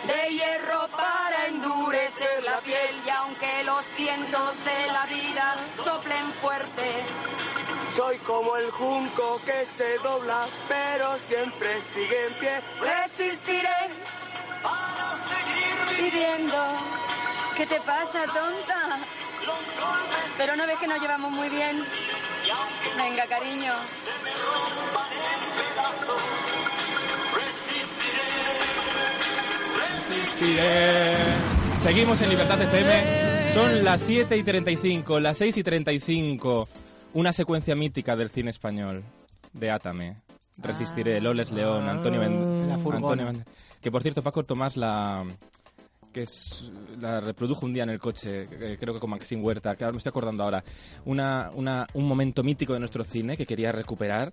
S8: de hierro para endurecer la piel y aunque los vientos de la vida soplen fuerte,
S2: Soy como el junco que se dobla, pero siempre sigue en pie.
S8: resistiré para seguir viviendo. ¿Qué te pasa, tonta? Pero no ves que nos llevamos muy bien. Venga, cariño.
S3: Seguimos en Libertad FM. Son las 7 y 35, las 6 y 35. Una secuencia mítica del cine español. De Átame. Resistiré. Loles León, Antonio Ben-
S4: Ah. La furgona.
S3: Antonio Ben- Que por cierto, Paco Tomás la. que es- la reprodujo un día en el coche, eh, creo que con Maxim Huerta, que ahora me estoy acordando ahora. Una, una- un momento mítico de nuestro cine que quería recuperar.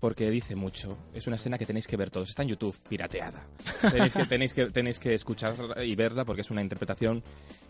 S3: Porque dice mucho. Es una escena que tenéis que ver todos. Está en YouTube, pirateada. Tenéis que, tenéis que, tenéis que escucharla y verla porque es una interpretación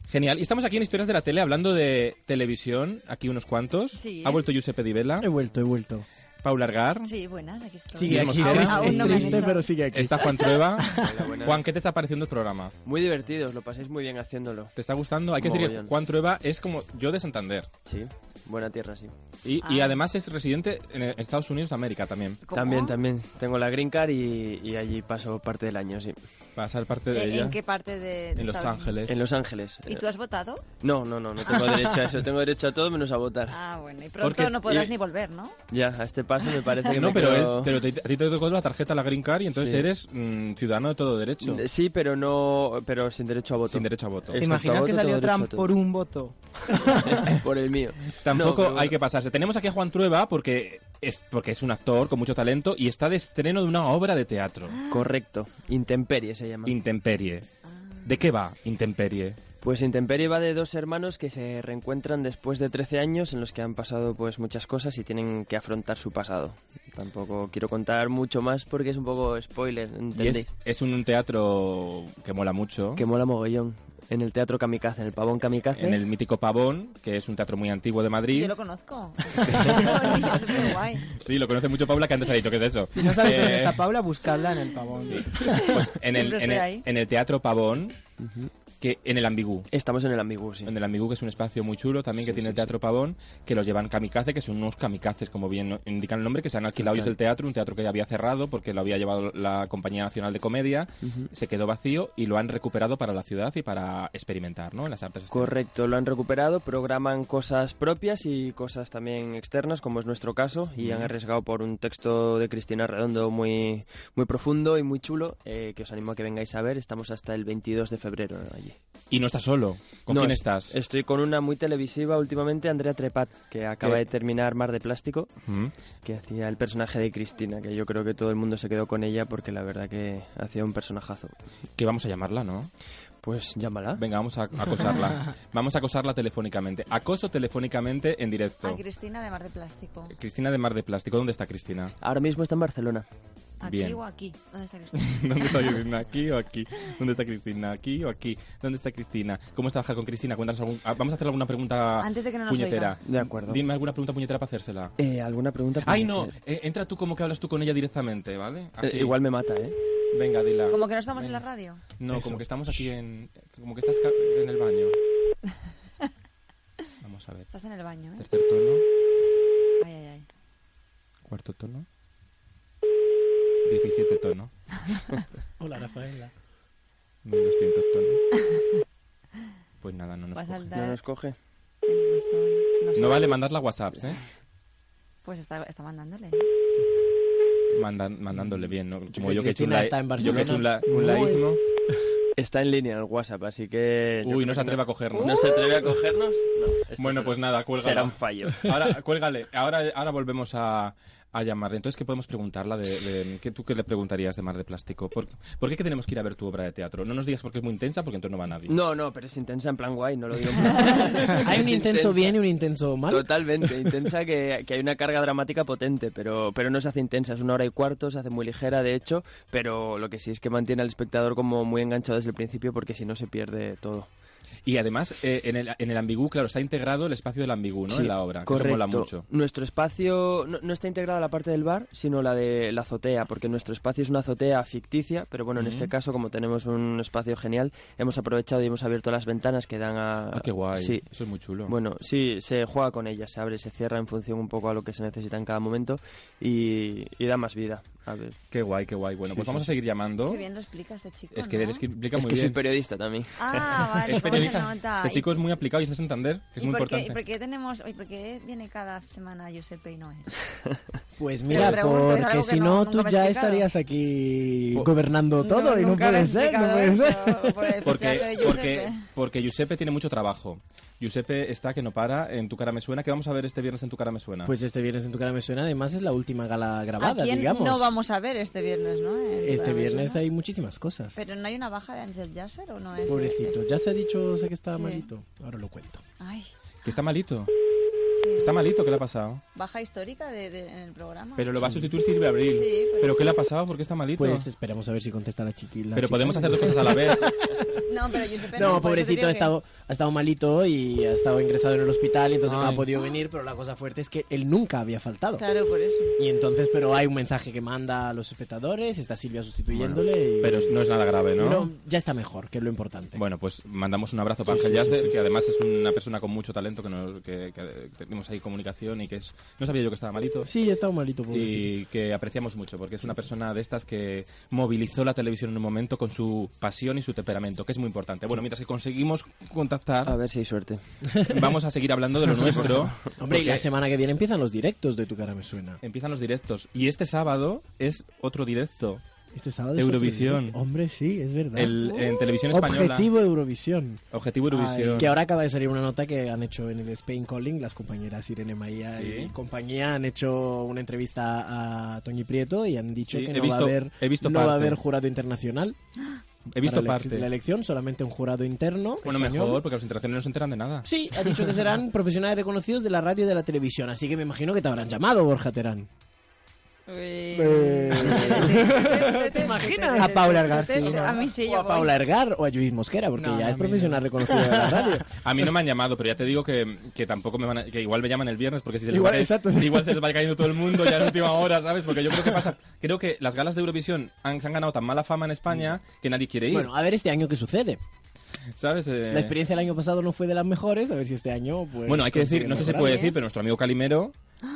S3: genial. Y estamos aquí en Historias de la Tele hablando de televisión. Aquí unos cuantos.
S7: Sí.
S3: Ha vuelto Giuseppe Di Vela,
S9: He vuelto, he vuelto.
S3: Paula Argar,
S7: Sí, buenas, aquí estoy.
S9: Sigue
S3: Guillermo
S9: aquí,
S3: Aún-
S9: ¿eh?
S7: aún
S9: es
S7: no me han
S9: triste,
S7: hecho.
S9: pero sigue aquí.
S3: está Juan Trueba.
S10: Hola, buenas.
S3: Juan, ¿qué te está pareciendo el programa?
S10: Muy divertidos, lo pasáis muy bien haciéndolo.
S3: ¿Te está gustando? Hay que decir que
S10: Mogollón.
S3: Juan Trueba es como yo de Santander.
S10: Sí, buena tierra, sí.
S3: Y, y
S7: Ah.
S3: además es residente en eh, Estados Unidos de América también.
S7: ¿Cómo?
S10: También, también. Tengo la green card y, y allí paso parte del año, sí.
S3: Para ser parte de
S7: ¿En
S3: ella.
S7: en qué parte de, de
S3: En Los
S7: Estados
S3: Ángeles.
S10: En Los Ángeles.
S7: Unidos? ¿Y tú has votado?
S10: No, no, no, no tengo derecho a eso. Tengo derecho a todo menos a votar.
S7: Ah, bueno, y pronto
S3: Porque-
S7: no podrás
S10: y-
S7: ni volver, ¿no?
S10: Ya, a este paso me parece que
S3: No,
S10: me
S3: pero,
S10: quedo-
S3: él- pero te- a ti te tocó la tarjeta, la green card, y entonces
S10: Sí.
S3: eres mm, ciudadano de todo derecho.
S10: Sí, pero no, pero sin derecho a voto.
S3: Sin derecho a voto.
S10: Eh,
S4: ¿Te
S10: Excepto
S4: imaginas que
S10: voto,
S4: salió
S10: todo derecho a
S4: Trump
S10: todo.
S4: por un voto?
S10: ¿eh? Por el mío. No,
S3: Tampoco
S10: pero bueno.
S3: hay que pasarse. Tenemos aquí a Juan Trueba porque es, porque es un actor con mucho talento y está de estreno de una obra de teatro,
S7: Ah.
S10: Correcto. Intemperie se llama.
S3: Intemperie. ¿De qué va Intemperie?
S10: Pues Intemperie va de dos hermanos que se reencuentran después de 13 años en los que han pasado pues muchas cosas y tienen que afrontar su pasado. Tampoco quiero contar mucho más porque es un poco spoiler,
S3: Y
S10: ¿entendéis?
S3: es, es un teatro que mola mucho.
S10: Que mola mogollón. En el Teatro Kamikaze, en el Pavón Kamikaze.
S3: en el mítico Pavón, que es un teatro muy antiguo de Madrid.
S7: Yo lo conozco. Es súper guay.
S3: Sí, lo conoce mucho Paula, que antes ha dicho que es eso.
S4: Si no sabéis dónde
S3: Eh,
S4: está Paula, buscadla en el pavón.
S3: Pues en, el,
S7: Siempre
S3: en el-
S7: estoy ahí.
S3: en el Teatro Pavón que en el Ambigú.
S10: Estamos en el Ambigú, sí.
S3: En el Ambigú, que es un espacio muy chulo también que
S10: Sí,
S3: tiene el
S10: sí,
S3: Teatro Pavón, que los llevan kamikaze, que son unos kamikazes, como bien indican el nombre, que se han alquilado ellos
S10: Claro.
S3: el teatro, un teatro que ya había cerrado porque lo había llevado la Compañía Nacional de Comedia,
S10: Ujú.
S3: se quedó vacío y lo han recuperado para la ciudad y para experimentar, ¿no? En las artes.
S10: Correcto, lo han recuperado, programan cosas propias y cosas también externas, como es nuestro caso, y
S3: Ujú.
S10: han arriesgado por un texto de Cristina Redondo muy, muy profundo y muy chulo, eh, que os animo a que vengáis a ver. Estamos hasta el 22 de febrero allí.
S3: Y no estás solo. ¿Con
S10: No,
S3: quién
S10: es-
S3: estás?
S10: Estoy con una muy televisiva últimamente, Andrea Trepat, que acaba
S3: ¿Qué?
S10: de terminar Mar de Plástico,
S3: Ujú.
S10: que hacía el personaje de Cristina, que yo creo que todo el mundo se quedó con ella porque la verdad que hacía un personajazo.
S3: Que vamos a llamarla, ¿no?
S10: Pues llámala.
S3: Venga, vamos a acosarla. vamos a acosarla telefónicamente. Acoso telefónicamente en directo.
S7: A Cristina de Mar de Plástico.
S3: Cristina de Mar de Plástico, ¿dónde está Cristina?
S10: Ahora mismo está en Barcelona.
S7: ¿Aquí
S3: Bien.
S7: o aquí? ¿Dónde está Cristina?
S3: ¿Dónde está Cristina? ¿Aquí o aquí? ¿Dónde está Cristina? ¿Aquí o aquí? ¿Dónde está Cristina? ¿Cómo es trabajar con Cristina? Cuéntanos algún... ah, Vamos a hacerle alguna pregunta
S7: Antes de que no nos
S3: puñetera.
S10: De acuerdo.
S3: Dime alguna pregunta puñetera para hacérsela.
S10: Eh, ¿Alguna pregunta?
S3: Ay,
S10: puede
S3: no. Ah,
S10: ser?
S3: eh, entra tú como que hablas tú con ella directamente, ¿vale?
S10: Eh,
S3: Así.
S10: igual me mata, ¿eh?
S3: Venga, dila.
S7: Como que no estamos en la radio.
S3: No,
S10: Eso.
S3: como que estamos aquí en... Como que estás ca- en el baño. Vamos a ver.
S7: Estás en el baño, ¿eh?
S3: Tercer tono.
S7: Ay, ay, ay.
S3: Cuarto tono. 17 tono.
S5: Hola, Rafaela.
S3: 1200 tono. Pues nada, no nos
S7: Va a
S3: coge.
S10: No
S7: saltar.
S10: nos coge.
S7: el buzón. No sé.
S3: No vale mandarla WhatsApp, ¿eh?
S7: Pues está, está mandándole.
S3: Mandan- mandándole bien, ¿no?
S5: Yo
S3: Como
S5: que
S3: yo que
S5: Cristina
S3: chula,
S5: está en
S3: yo que chula,
S5: Barcelona. Muy-
S3: chulaísmo.
S10: Está en línea en el WhatsApp, así que... yo
S3: Uy,
S10: creo
S3: no se
S10: que
S3: atreve a cogernos.
S10: ¿No se atreve a cogernos? No, esto
S3: Bueno,
S10: será-
S3: pues nada,
S10: Será
S3: cuélgala.
S10: un fallo.
S3: Ahora, cuélgale. Ahora, ahora volvemos a, a llamarle. Entonces, ¿qué podemos preguntarla de, de- ¿qué, tú qué le preguntarías de Mar de Plástico? ¿Por, por qué que tenemos que ir a ver tu obra de teatro? No nos digas porque es muy intensa, porque entonces no va nadie.
S10: No, no, pero es intensa en plan guay, no lo digo en plan...
S5: Hay
S10: Es
S5: un intenso
S10: intensa.
S5: bien y un intenso mal.
S10: Totalmente, intensa que, que hay una carga dramática potente, pero, pero no se hace intensa, es una hora y cuarto, se hace muy ligera de hecho, pero lo que sí es que mantiene al espectador como muy enganchado desde el principio porque si no se pierde todo.
S3: Y además, eh, en, el, en el ambigú, claro, está integrado el espacio del ambigú, ¿no?
S10: Sí,
S3: en la obra, que eso
S10: correcto.
S3: mola mucho.
S10: Nuestro espacio no, no está integrada la parte del bar, sino la de la azotea, porque nuestro espacio es una azotea ficticia, pero bueno, en
S3: Ujú.
S10: este caso, como tenemos un espacio genial, hemos aprovechado y hemos abierto las ventanas que dan a...
S3: Ah, qué guay.
S10: Sí.
S3: Eso es muy chulo.
S10: Bueno, sí, se juega con ellas, se abre, se cierra en función un poco a lo que se necesita en cada momento y, y da más vida. A ver.
S3: Qué guay, qué guay. Bueno,
S10: Sí,
S3: pues
S10: sí,
S3: vamos a seguir llamando.
S7: Qué bien lo explica este chico.
S3: Es que
S7: ¿no?
S3: él explica
S10: es
S3: muy
S10: que soy
S3: bien.
S10: periodista también.
S7: Ah, vale.
S3: Es
S7: ¿cómo
S3: periodista.
S7: se nota?
S3: Este chico es muy aplicado y es de Santander, que es
S7: ¿Y
S3: muy
S7: por qué,
S3: importante.
S7: ¿Y por qué tenemos, y por qué viene cada semana Giuseppe y Noé?
S5: Pues
S7: Yo
S5: mira,
S7: le pregunto, es
S5: porque
S7: algo que
S5: si
S7: no-
S5: no,
S7: nunca
S5: tú
S7: me has
S5: ya
S7: explicado.
S5: estarías aquí
S3: Po-
S5: gobernando todo y no
S7: nunca lo
S5: puede
S7: he
S5: ser, no
S7: explicado
S5: puede ser.
S7: esto, por el fichaje
S3: Porque,
S7: de
S3: porque,
S7: Giuseppe.
S3: porque Giuseppe tiene mucho trabajo. Giuseppe está que no para en Tu cara me suena. que vamos a ver este viernes en Tu cara me suena?
S5: Pues este viernes en tu cara me suena, además es la última gala grabada,
S7: ¿A quién
S5: digamos.
S7: no vamos a ver este viernes, no? En
S5: Este
S7: Programa
S5: viernes
S7: Suena.
S5: hay muchísimas cosas.
S7: Pero no hay una baja de Ángel Yasser o no es.
S5: Pobrecito,
S7: es-
S5: ya se ha dicho, sé que estaba
S7: Sí.
S5: malito. Ahora lo cuento.
S7: Ay,
S3: que está malito.
S7: sí.
S3: Está malito, ¿qué le ha pasado?
S7: Baja histórica de, de- en el programa.
S3: Pero lo va a sustituir Silvia Abril.
S7: Sí, pero-
S3: ¿Pero qué le ha pasado? ¿Por qué está malito?
S5: Pues esperemos a ver si contesta la chiquilla.
S3: pero podemos hacer dos cosas a la vez.
S7: No, pero Giuseppe
S5: No,
S7: por eso te
S5: pobrecito, ha
S7: digo que-
S5: estado, ha estado malito y ha estado ingresado en el hospital y entonces no
S3: Ay.
S5: ha podido venir, pero la cosa fuerte es que él nunca había faltado.
S7: Claro, por eso.
S5: Y entonces, pero hay un mensaje que manda a los espectadores, está Silvia sustituyéndole y...
S3: Pero no es nada grave, ¿no?
S5: Pero ya está mejor, que es lo importante.
S3: Bueno, pues mandamos un abrazo para Ángel Yacer, que además es una persona con mucho talento, que, nos- que- que tenemos ahí comunicación y que es... No sabía yo que estaba malito.
S5: Sí, ha estado malito, pobrecito.
S3: y que apreciamos mucho, porque es una persona de estas que movilizó la televisión en un momento con su pasión y su temperamento, que es muy importante. Bueno, mientras que conseguimos
S10: A
S3: contactar,
S10: ver si hay suerte.
S3: vamos a seguir hablando de lo nuestro.
S5: Hombre, y la
S3: porque
S5: semana que viene empiezan los directos de Tu cara me suena.
S3: Empiezan los directos, y este sábado es otro directo
S5: Este sábado
S3: es otro Eurovisión. directo.
S5: Hombre, sí, es verdad.
S3: el- en televisión española.
S5: Objetivo Eurovisión.
S3: Objetivo Eurovisión.
S5: Ay, que ahora acaba de salir una nota que han hecho en el Spain Calling las compañeras Irene Maía
S3: Sí.
S5: y compañía han hecho una entrevista a Toñi Prieto y han dicho
S3: Sí,
S5: que
S3: he
S5: no va a
S3: visto-
S5: haber
S3: he visto
S5: no va a
S3: parte.
S5: haber jurado internacional
S3: He visto
S5: para la-
S3: parte.
S5: la elección solamente un jurado interno
S3: Bueno,
S5: español.
S3: mejor, porque los internacionales no se enteran de nada.
S5: sí ha dicho que serán profesionales reconocidos de la radio y de la televisión así que me imagino que te habrán llamado Borja Terán
S7: ¿Te
S5: imaginas? A Paula García.
S7: A mí sí,
S5: o
S7: yo
S5: a
S7: voy.
S5: Paula Ergar o a Luis Mosquera porque
S4: No,
S5: ya
S4: no, a mí
S5: es
S4: no.
S5: profesional reconocido de la radio
S3: A mí no me han llamado, pero ya te digo que, que tampoco me van a- que igual me llaman el viernes porque si se les
S5: Igual,
S3: va,
S5: exacto.
S3: igual se les va cayendo todo el mundo ya en última hora, ¿sabes? Porque yo creo que pasa, creo que las galas de Eurovisión han, se han ganado tan mala fama en España que nadie quiere ir.
S5: bueno a ver este año qué sucede
S3: ¿Sabes? Eh,
S5: La experiencia del año pasado no fue de las mejores, a ver si este año. Pues,
S3: bueno, hay que decir,
S5: consigue
S3: no sé si se
S5: mejorar.
S3: puede decir, pero nuestro amigo Calimero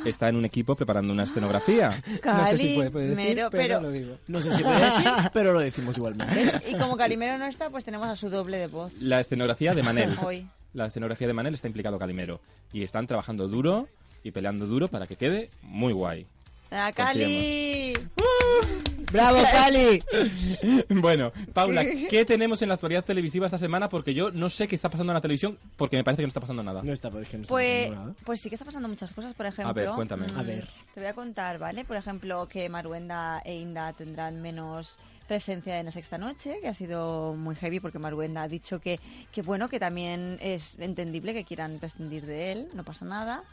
S3: está en un equipo preparando una escenografía.
S7: No sé si puede- puede decir, Calimero, pero pero- lo
S5: digo. No sé si puede decir, pero lo decimos igualmente.
S7: Y como Calimero no está, pues tenemos a su doble de voz.
S3: La escenografía de Manel.
S7: Hoy.
S3: La escenografía de Manel está implicado Calimero. Y están trabajando duro y peleando duro para que quede muy guay.
S7: ¡A
S5: Pues
S7: Cali!
S5: ¡Bravo, Cali!
S3: bueno, Paula, ¿qué tenemos en la actualidad televisiva esta semana? Porque yo no sé qué está pasando en la televisión porque me parece que no está pasando nada.
S5: No está, que no
S7: Pues, pues sí que está pasando muchas cosas, por ejemplo. mm,
S3: ver, cuéntame. A ver.
S7: Te voy a contar, ¿vale? Por ejemplo, que Maruenda e Inda tendrán menos presencia en la sexta noche, que ha sido muy heavy porque Maruenda ha dicho que, que bueno, que también es entendible que quieran prescindir de él, no pasa nada.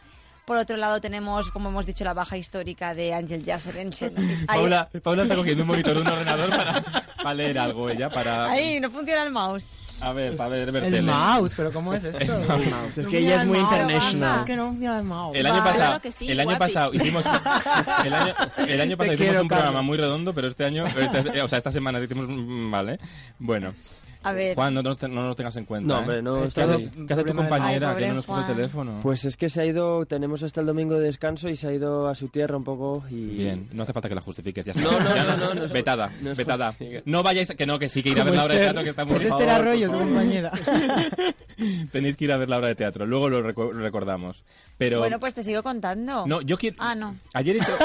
S7: Por otro lado tenemos, como hemos dicho, la baja histórica de Ángel Yasser en Chernobyl. Ahí-
S3: Paula, Paula está cogiendo un monitor de un ordenador para, para leer algo ella, para...
S7: Ahí, no funciona el mouse.
S3: A ver, para ver, ver
S4: El
S3: tele.
S4: mouse, pero ¿cómo es
S3: El
S4: esto?
S3: mouse.
S5: Es que ella es muy
S4: Es
S5: international.
S4: que no funciona el mouse.
S3: El año
S4: Va.
S3: pasado, el año pasado hicimos el año, el año pasado hicimos
S4: quiero,
S3: un programa muy redondo, pero este año, esta- eh, o sea, esta semana hicimos un- vale. Bueno,
S7: A ver.
S3: Eh, Juan, no, nos te- no nos tengas en cuenta.
S10: No,
S3: ¿eh?
S10: hombre, no,
S3: ¿Qué
S10: Es
S3: hace-
S10: todo
S3: ¿Qué hace, tu
S10: problema de-
S3: compañera
S7: Ay, pobre
S3: que no nos coge
S7: Juan.
S3: el teléfono?
S10: Pues es que se ha ido, tenemos hasta el domingo de descanso y se ha ido a su tierra un poco y...
S3: Bien, no hace falta que la justifiques, ya está.
S10: No, no, no, no, no.
S3: Vetada,
S10: No es
S3: vetada.
S10: justifica.
S3: No vayáis, que no, que sí, que ir a
S10: Como
S3: ver la obra de
S10: Esther.
S3: teatro que está muy
S4: Pues este
S10: favor,
S4: era
S10: por
S4: rollo, tu
S10: favor.
S4: compañera.
S3: Tenéis que ir a ver la obra de teatro, luego lo recu- recordamos. Pero
S7: Bueno, pues te sigo contando.
S3: No, yo quiero.
S7: Ah, no.
S3: Ayer. hizo-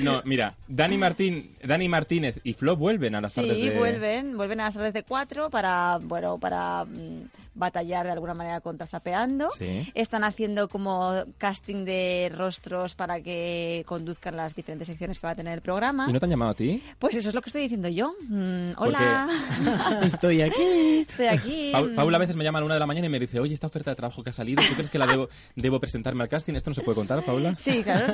S3: no, mira, Dani, Martín, Dani Martínez y Flo vuelven a las tardes
S7: Sí,
S3: de.
S7: vuelven, vuelven a las tardes de 4 para, bueno, para mm, batallar de alguna manera contra Zapeando.
S3: Sí.
S7: Están haciendo como casting de rostros para que conduzcan las diferentes secciones que va a tener el programa.
S3: ¿Y no te han llamado a ti?
S7: Pues eso es lo que estoy diciendo yo. Mm,
S3: Porque-
S7: hola,
S5: Estoy aquí.
S7: estoy aquí.
S3: Pau-
S7: Mm,
S3: Paula a veces me llama a la una de la mañana y me dice, oye, esta oferta de trabajo que ha salido, ¿tú crees que la debo, debo presentarme al casting? ¿Esto no se puede contar, Paula?
S7: Sí, claro. se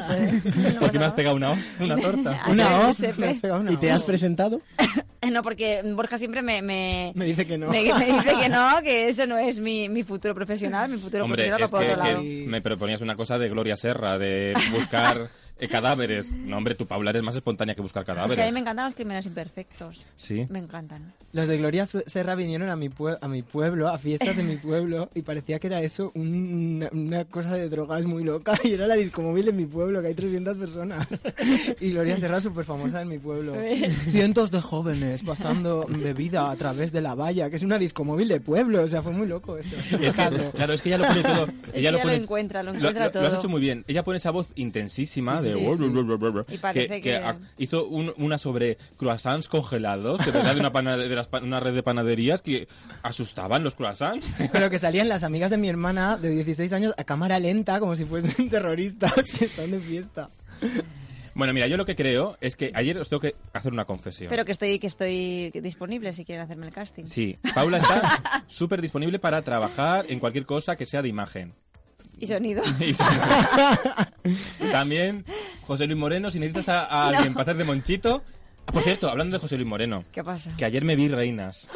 S7: puede. No
S3: Porque me
S7: pasa
S3: has pegado una, una torta.
S7: Ayer
S4: Una
S7: el
S4: voz.
S7: jefe-
S4: me has pegado una
S5: ¿Y te
S4: voz.
S5: has presentado?
S7: nada. No, porque Borja siempre me... me...
S4: Me dice que no.
S7: me- me dice que no, que eso no es mi, mi futuro profesional, mi futuro
S3: Hombre,
S7: profesional va
S3: es
S7: por
S3: que,
S7: otro lado.
S3: que me proponías una cosa de Gloria Serra, de buscar eh, cadáveres. No, hombre, tú, Paula, eres más espontánea que buscar
S7: Es que a mí me
S3: cadáveres.
S7: encantan los crímenes imperfectos.
S3: Sí.
S7: Me encantan.
S4: Los de Gloria Su- Serra vinieron a mi, pue- a mi pueblo, a fiestas de mi pueblo, y parecía que era eso, un- una, una cosa de drogas muy loca. Y era la discomóvil de mi pueblo, que hay 300 personas. Y Gloria Serra, súper famosa en mi pueblo. Cientos de jóvenes pasando bebida a través de la valla, que es una discomóvil de pueblo. O sea, fue muy loco eso.
S3: Es que, claro, es que ella lo pone todo.
S7: Es que
S3: Ella lo,
S7: ya
S3: pone-
S7: lo encuentra, lo
S3: lo-
S7: encuentra
S3: lo- lo has
S7: todo.
S3: hecho muy bien. Ella pone esa voz intensísima
S7: Sí,
S3: de.
S7: sí, sí, Y parece que-
S3: a- hizo un- una sobre croissants congelados, de verdad, de una, pana- de las pa- una red de panaderías que asustaban los croissants.
S4: Pero que salían las amigas de mi hermana de 16 años a cámara lenta, como si fuesen terroristas que están de fiesta.
S3: Bueno, mira, yo lo que creo es que ayer os tengo que hacer una confesión.
S7: Pero que estoy, que estoy disponible si quieren hacerme el casting.
S3: Sí, Paula está súper disponible para trabajar en cualquier cosa que sea de imagen.
S7: Y sonido.
S3: Y sí. También José Luis Moreno, si necesitas a, a alguien para hacer de monchito. Ah, Por cierto, hablando de José Luis Moreno,
S7: ¿Qué pasa?
S3: que ayer me vi Reinas,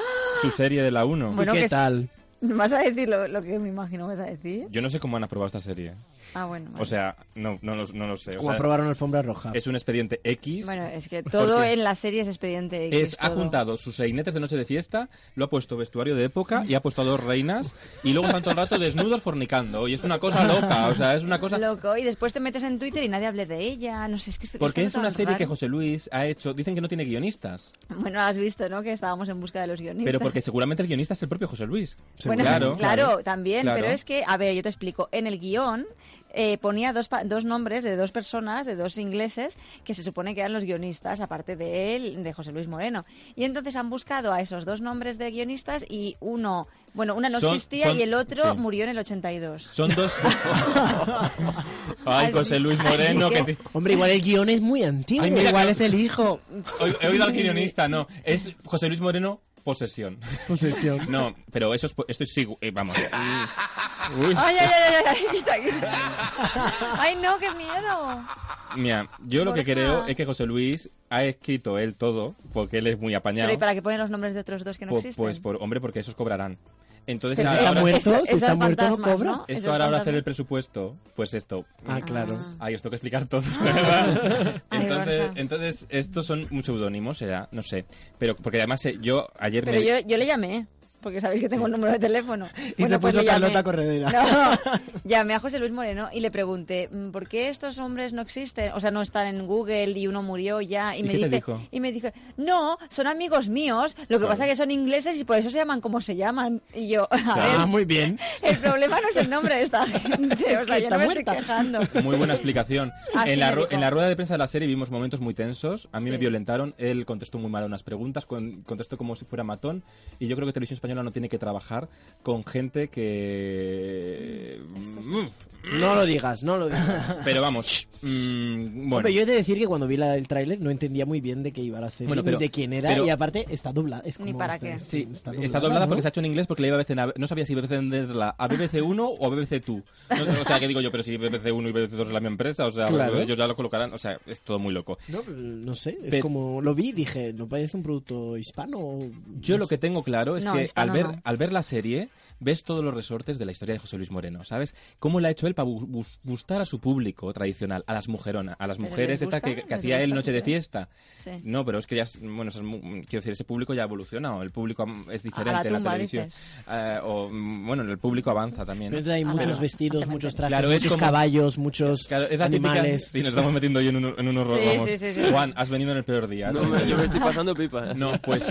S3: su serie de la 1.
S7: Bueno,
S5: ¿Y
S7: que
S5: qué
S7: es-
S5: tal?
S7: ¿Me vas a decir lo, lo que me imagino vas a decir?
S3: Yo no sé cómo han aprobado esta serie.
S7: Ah, bueno. vale.
S3: O sea, no, no, lo, no lo sé. O
S5: ¿Cómo
S3: sea,
S5: aprobaron alfombra roja?
S3: es un expediente X.
S7: bueno, es que
S3: ¿Por
S7: todo
S3: qué?
S7: en la serie es expediente X.
S3: Es, ha
S7: todo.
S3: juntado sus seinetes de noche de fiesta, lo ha puesto vestuario de época y ha puesto a dos reinas y luego están todo el rato desnudos fornicando. Y es una cosa loca, o sea, es una cosa...
S7: Loco, y después te metes en Twitter y nadie hable de ella. No sé, es que esto-
S3: Porque
S7: esto
S3: es una
S7: tan
S3: serie que
S7: raro.
S3: José Luis ha hecho... Dicen que no tiene guionistas,
S7: Bueno, has visto, ¿no? Que estábamos en busca de los guionistas.
S3: pero porque seguramente el guionista es el propio José Luis.
S7: Bueno,
S3: claro,
S7: claro, también,
S3: claro.
S7: pero es que, a ver, yo te explico. En el guión eh, ponía dos, pa- dos nombres de dos personas, de dos ingleses, que se supone que eran los guionistas, aparte de él, de José Luis Moreno. Y entonces han buscado a esos dos nombres de guionistas y uno, bueno, una no
S3: Son-
S7: existía
S3: son-
S7: y el otro
S3: sí.
S7: murió en el 82.
S3: Son dos... Ay,
S7: Así-
S3: José Luis Moreno,
S7: así
S3: que...
S7: que-
S3: te-
S5: Hombre, igual el guión es muy antiguo.
S3: Ay, mira,
S4: Igual
S3: que-
S4: es el hijo.
S3: He he oído al guionista, no. Es José Luis Moreno, posesión.
S5: Posesión.
S3: No, pero eso es... po- Esto es... sigo- eh, vamos. Uy.
S7: Ay, ay, ay, ay, ay, quita, quita. Ay, no, qué miedo.
S3: Mira, yo lo que
S7: Borja.
S3: creo es que José Luis ha escrito él todo, porque él es muy apañado.
S7: Pero ¿y para qué ponen los nombres de otros dos que no
S3: Po-
S7: existen?
S3: pues por hombre, porque esos cobrarán. Entonces
S7: Pero
S3: ahora,
S5: está
S7: eso-
S5: muerto,
S7: eso-
S5: si
S7: eso
S5: está
S7: es
S5: muerto no
S7: fantasmas,
S5: cobra.
S7: Eso
S3: esto
S7: es
S3: ahora ahora hacer
S7: fantasma.
S3: el presupuesto, pues esto.
S5: Ah, claro.
S3: Ay, os tengo que explicar todo, ¿verdad?
S7: Ay,
S3: entonces,
S7: Borja.
S3: entonces, estos son un seudónimo, será, no sé. Pero porque además eh, yo ayer
S7: Pero
S3: me
S7: yo, yo le llamé. porque sabéis que tengo el número de teléfono. pues
S4: Y se puso
S7: le llamé.
S4: Carlota Corredera.
S7: No, llamé a José Luis Moreno y le pregunté, "Mm, ¿por qué estos hombres no existen? O sea, no están en Google y uno murió ya. Y,
S3: ¿Y
S7: me
S3: qué te
S7: dice,
S3: dijo?
S7: Y me dijo, no, son amigos míos, lo que
S3: Claro.
S7: pasa que son ingleses y por eso se llaman como se llaman. Y yo, a
S5: Ah,
S7: ver,
S5: muy bien.
S7: el problema no es el nombre de esta gente, o sea, yo
S5: está
S7: no me
S5: muerta.
S7: estoy quejando.
S3: Muy buena explicación.
S7: Así
S3: En la,
S7: me
S3: ru-
S7: dijo.
S3: en la rueda de prensa de la serie vimos momentos muy tensos. A mí me
S7: Ah, Sí.
S3: violentaron. Él contestó muy mal a unas preguntas, con- contestó como si fuera matón. Y yo creo que Televisión Española no tiene que trabajar con gente que... Mm,
S5: No lo digas, no lo digas.
S3: Pero vamos. mm, bueno.
S5: Hombre, yo he de decir que cuando vi la, el tráiler no entendía muy bien de qué iba la serie,
S3: Bueno,
S5: ni
S3: pero-
S5: de quién era,
S3: pero-
S5: y aparte está doblada. Es
S7: Ni
S5: como
S7: para
S5: hasta-
S7: qué.
S3: Sí, está doblada,
S5: ¿no?
S3: porque se ha hecho en inglés porque le iba a BCN a- no sabía si venderla a BBC1 o a BBC2. No, o sea, que digo yo, pero si BBC1 y BBC2 es la misma empresa, o sea,
S5: Claro.
S3: ellos ya lo colocarán, o sea, es todo muy loco.
S5: No, pero no sé, es
S3: Pero-
S5: como lo vi y dije, ¿no parece un producto hispano? o
S3: Yo
S5: no
S3: lo
S5: sé?
S3: que tengo claro es
S7: No,
S3: que al
S7: hispano
S3: ver,
S7: no.
S3: al ver la serie, ves todos los resortes de la historia de José Luis Moreno, ¿sabes? Cómo lo ha hecho él para bu- bus- gustar a su público tradicional, a las mujeronas, a las
S7: ¿Pero
S3: mujeres
S7: les
S3: estas que,
S7: gusta?
S3: que
S7: ¿Les
S3: hacía
S7: gusta
S3: él
S7: su
S3: noche de
S7: público?
S3: fiesta.
S7: Sí.
S3: No, pero es que ya, es- bueno, eso es mu- mm, quiero decir, ese público ya ha evolucionado, el público am- es diferente en la
S7: tumba,
S3: televisión.
S7: dices.
S3: Eh, o, mm, bueno, el público avanza también. ¿no?
S5: Pero hay
S7: Ah,
S5: muchos
S7: claro.
S5: vestidos, muchos trajes,
S3: Claro, es
S5: muchos
S3: como-
S5: caballos, muchos
S3: Claro, es la típica-
S5: animales.
S3: Sí, nos estamos metiendo hoy en, uno- en unos
S7: Sí,
S3: vamos.
S7: sí, sí, sí.
S3: Juan, has venido en el peor día.
S10: No, me- yo me estoy pasando pipa.
S3: No, pues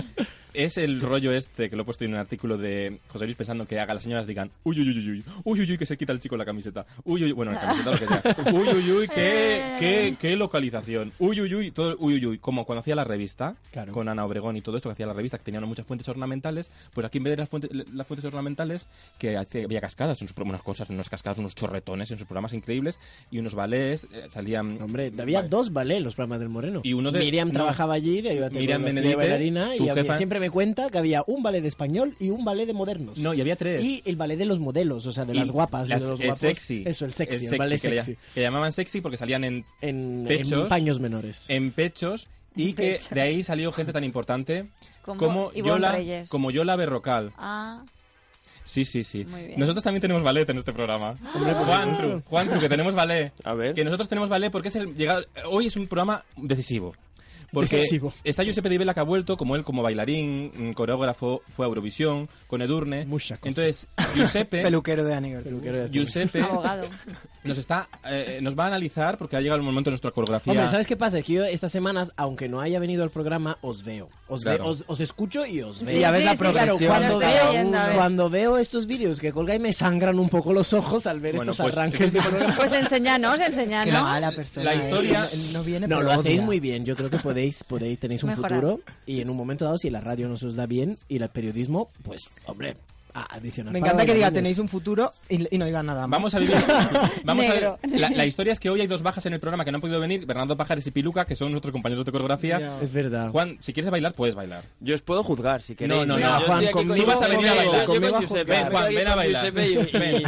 S3: es el rollo este que lo he puesto en un artículo de José Luis pensando que haga las señoras digan uy, uy, uy, uy, uy, uy, uy, uy, que se quita el chico la camiseta. Uy, uy, bueno, la camiseta lo que sea. Uy, uy, uy, qué, qué, qué localización. Uy, uy, uy, todo, uy, uy, uy. Como cuando hacía la revista
S5: Claro.
S3: con Ana Obregón y todo esto que hacía la revista, que tenían muchas fuentes ornamentales, pues aquí en vez de las fuentes, las fuentes ornamentales, que hacía- había cascadas, en sus, pro- unas cosas, unas cascadas, unos chorretones en sus programas increíbles y unos ballets, eh, salían...
S5: Hombre, había
S3: Vale.
S5: dos ballet en los programas del Moreno.
S3: Y uno de-
S5: Miriam
S3: no.
S5: trabajaba allí, le iba a tener
S3: Miriam
S5: una
S3: Benedite,
S5: bailarina,
S3: tu
S5: y había-
S3: jefa.
S5: siempre me cuenta que había un ballet de español y un ballet de modernos.
S3: No, y había tres.
S5: Y el ballet de los modelos, o sea, de
S3: Y
S5: las guapas,
S3: las-
S5: de los
S3: el
S5: guapos.
S3: sexy.
S5: Eso, el sexy, el,
S3: sexy,
S5: ballet
S3: que, le-
S5: sexy.
S3: que llamaban sexy porque salían en,
S5: En, en
S3: Pechos.
S5: paños menores.
S3: en pechos y que
S7: Pechos.
S3: de ahí salió gente tan importante
S7: Como
S3: como
S7: Ivonne
S3: Yola,
S7: Reyes.
S3: como Yola Berrocal.
S7: Ah,
S3: Sí, sí, sí.
S7: Muy bien.
S3: Nosotros también tenemos ballet en este programa.
S5: Hombre, por
S3: Juan,
S5: supuesto.
S3: Tru, Juan Tru, que tenemos ballet.
S10: A ver.
S3: Que nosotros tenemos ballet porque es el llegado- hoy es un programa decisivo. Porque
S5: Decisivo.
S3: está Giuseppe Di Bella que ha vuelto, como él, como bailarín, mm, coreógrafo, fue a Eurovisión, con Edurne.
S5: Mucha cosa.
S3: Entonces, Giuseppe...
S4: Peluquero de Annie Ortiz.
S5: Peluquero de-
S3: Giuseppe
S7: abogado.
S3: nos está eh, nos va a analizar porque ha llegado el momento de nuestra coreografía.
S5: Hombre, ¿sabes qué pasa? Que yo estas semanas, aunque no haya venido al programa, os veo. Os,
S3: Claro.
S5: veo, os, os escucho y os
S7: Sí,
S5: veo.
S7: Y a ver sí, la sí,
S5: Claro,
S7: progresión.
S5: cuando,
S7: Yo lo estoy
S5: veo,
S7: oyendo, a ver.
S5: cuando veo estos vídeos que colga y me sangran un poco los ojos al ver
S3: Bueno,
S5: estos
S3: pues-
S5: arranques de programa.
S7: Pues enseñanos,
S4: Qué
S7: enseñanos.
S4: mala persona.
S3: La historia-
S4: eh. No, no viene
S5: No,
S4: pero
S5: lo hacéis
S4: odia.
S5: muy bien. Yo creo que podéis, podéis tenéis un
S7: Mejorar.
S5: futuro. Y en un momento dado, si la radio no se os da bien y el periodismo, pues, hombre, a adicionar.
S4: Me encanta que diga,
S5: diga
S4: tenéis un futuro y, y no diga nada más.
S3: Vamos a vivir. Vamos a ver.
S7: Negro.
S3: La, la historia es que hoy hay dos bajas en el programa que no han podido venir: Bernardo Pajares y Piluca, que son nuestros compañeros de coreografía.
S4: Ya.
S5: Es verdad.
S3: Juan, si quieres bailar, puedes bailar.
S10: Yo os puedo juzgar si queréis.
S3: No, no,
S10: Venga,
S3: no,
S10: yo
S5: Juan,
S10: estoy aquí con-
S5: conmigo-
S3: Tú vas a venir a
S10: conmigo-
S3: bailar.
S10: yo con
S5: Conmigo a
S10: Giuseppe.
S5: juzgar.
S10: Estoy
S3: Ven, Juan,
S10: aquí
S3: ven
S10: con
S3: a bailar.
S10: Giuseppe y-
S3: Ven.
S10: y-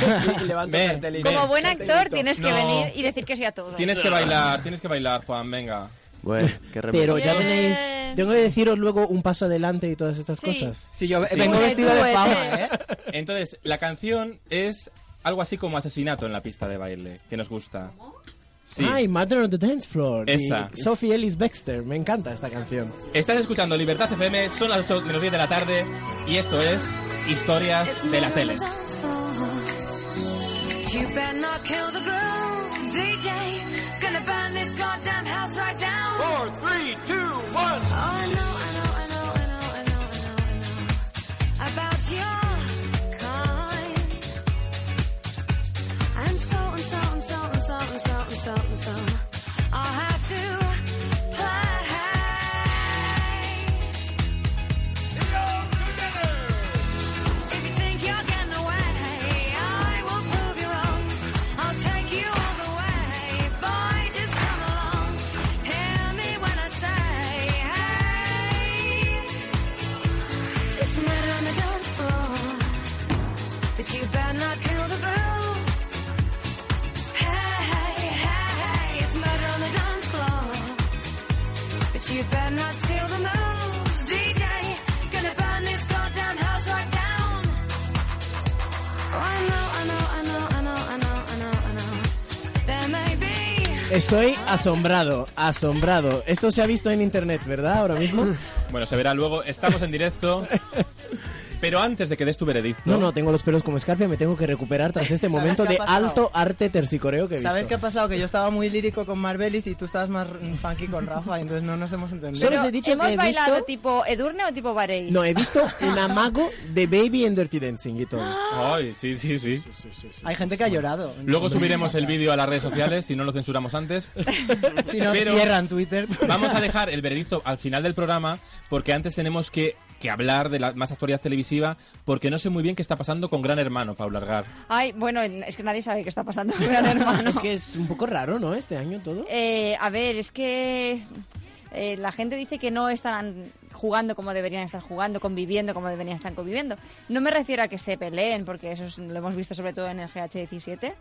S10: y levanto
S3: Ven.
S10: cartelina.
S7: Como buen actor tienes que
S3: No.
S7: venir y decir que sí a todo.
S3: Tienes
S5: Ah.
S3: que bailar, tienes que bailar, Juan, venga.
S10: Bueno, qué remedio.
S5: Pero ya
S7: Bien.
S5: tenéis. Tengo que deciros luego un paso adelante y todas estas
S7: Sí.
S5: cosas.
S4: Sí, yo
S3: Sí.
S4: vengo
S3: Tú,
S4: vestido
S7: tú,
S4: de fama,
S7: eh.
S4: ¿eh?
S3: Entonces, la canción es algo así como asesinato en la pista de baile, que nos gusta. Sí.
S5: Ay, Mother on the Dance Floor. de
S3: Esa.
S5: Sophie Ellis Baxter. Me encanta esta canción.
S3: Estás escuchando Libertad FM, son las 8 menos 10 de la tarde, y esto es Historias de la Tele.
S11: You better not kill the groove, DJ. Gonna burn this goddamn house right down.
S2: Four, three, two, one.
S11: Oh, I know, I know, I know, I know, I know, I know, I know about your kind. And so and so and so and so and so and so and so. I'll have to play. If you think you're getting away, I will prove you wrong. I'll take you all the way, boy. Just come along. Hear me when I say, hey. It's a matter on the dance floor, but you better not kill the groove. Hey, hey, hey, it's murder on the dance floor. But you better not steal the moves, DJ. Gonna burn this goddamn house right down. Oh, I know, I know, I know, I know, I know, I know, I know. There may be.
S5: Estoy asombrado, asombrado. Esto se ha visto en internet, ¿verdad? Ahora mismo.
S3: Bueno, se verá luego. Estamos en directo. Pero antes de que des tu veredicto.
S5: No, no, tengo los pelos como escarpia, me tengo que recuperar tras este
S4: ¿Sabes
S5: momento
S4: qué ha
S5: de
S4: pasado?
S5: alto arte tercicoreo que he visto.
S4: ¿Sabes qué ha pasado? Que yo estaba muy lírico con Marbelis y tú estabas más mm, funky con Rafa, entonces no nos hemos entendido.
S5: Solo os he dicho
S7: ¿Hemos
S5: que he
S7: bailado
S5: visto-
S7: tipo Edurne o tipo Barei?
S5: No, he visto un amago de Baby en Dirty Dancing y todo.
S3: Ay, sí, sí, sí.
S4: Hay gente que ha llorado.
S3: Luego subiremos el vídeo a las redes sociales si no lo censuramos antes.
S4: Si no,
S3: Pero-
S4: cierran Twitter.
S3: Vamos a dejar el veredicto al final del programa porque antes tenemos que, que hablar de la más actualidad televisiva porque no sé muy bien qué está pasando con Gran Hermano, Paula Argar.
S7: Ay, bueno, es que nadie sabe qué está pasando con Gran Hermano.
S5: Es que es un poco raro, ¿no? Este año todo.
S7: Eh, a ver, es que eh, la gente dice que no están jugando como deberían estar jugando, conviviendo como deberían estar conviviendo. No me refiero a que se peleen, porque eso es- lo hemos visto sobre todo en el GH17.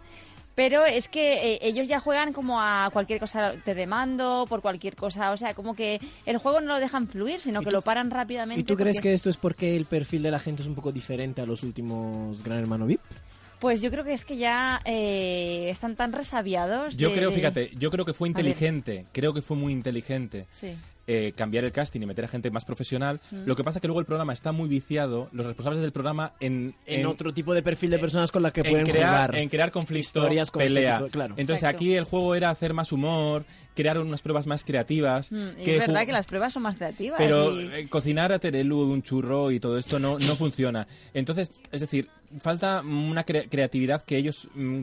S7: Pero es que eh, ellos ya juegan como a cualquier cosa te demando, por cualquier cosa. O sea, como que el juego no lo dejan fluir, sino que lo paran rápidamente.
S5: ¿Y tú crees
S7: porque-
S5: que esto es porque el perfil de la gente es un poco diferente a los últimos Gran Hermano VIP?
S7: Pues yo creo que es que ya eh, están tan resabiados.
S3: Yo
S7: de-
S3: creo,
S7: de-
S3: fíjate, yo creo que fue
S7: ver.
S3: inteligente, creo que fue muy inteligente
S7: Sí.
S3: eh, cambiar el casting y meter a gente más profesional.
S7: Mm.
S3: Lo que pasa es que luego el programa está muy viciado, los responsables del programa en,
S5: En, otro tipo de perfil de personas con las que
S3: en
S5: pueden
S3: crear,
S5: jugar.
S3: en crear conflicto,
S5: Historias con
S3: pelea.
S5: este tipo, claro.
S3: Entonces
S7: Exacto.
S3: aquí el juego era hacer más humor, crear unas pruebas más creativas.
S7: Mm, y
S3: que
S7: es verdad
S3: ju-
S7: que las pruebas son más creativas.
S3: Pero
S7: y-
S3: eh, cocinar a Terelu un churro y todo esto no, no funciona. Entonces, es decir, falta una cre- creatividad que ellos mm,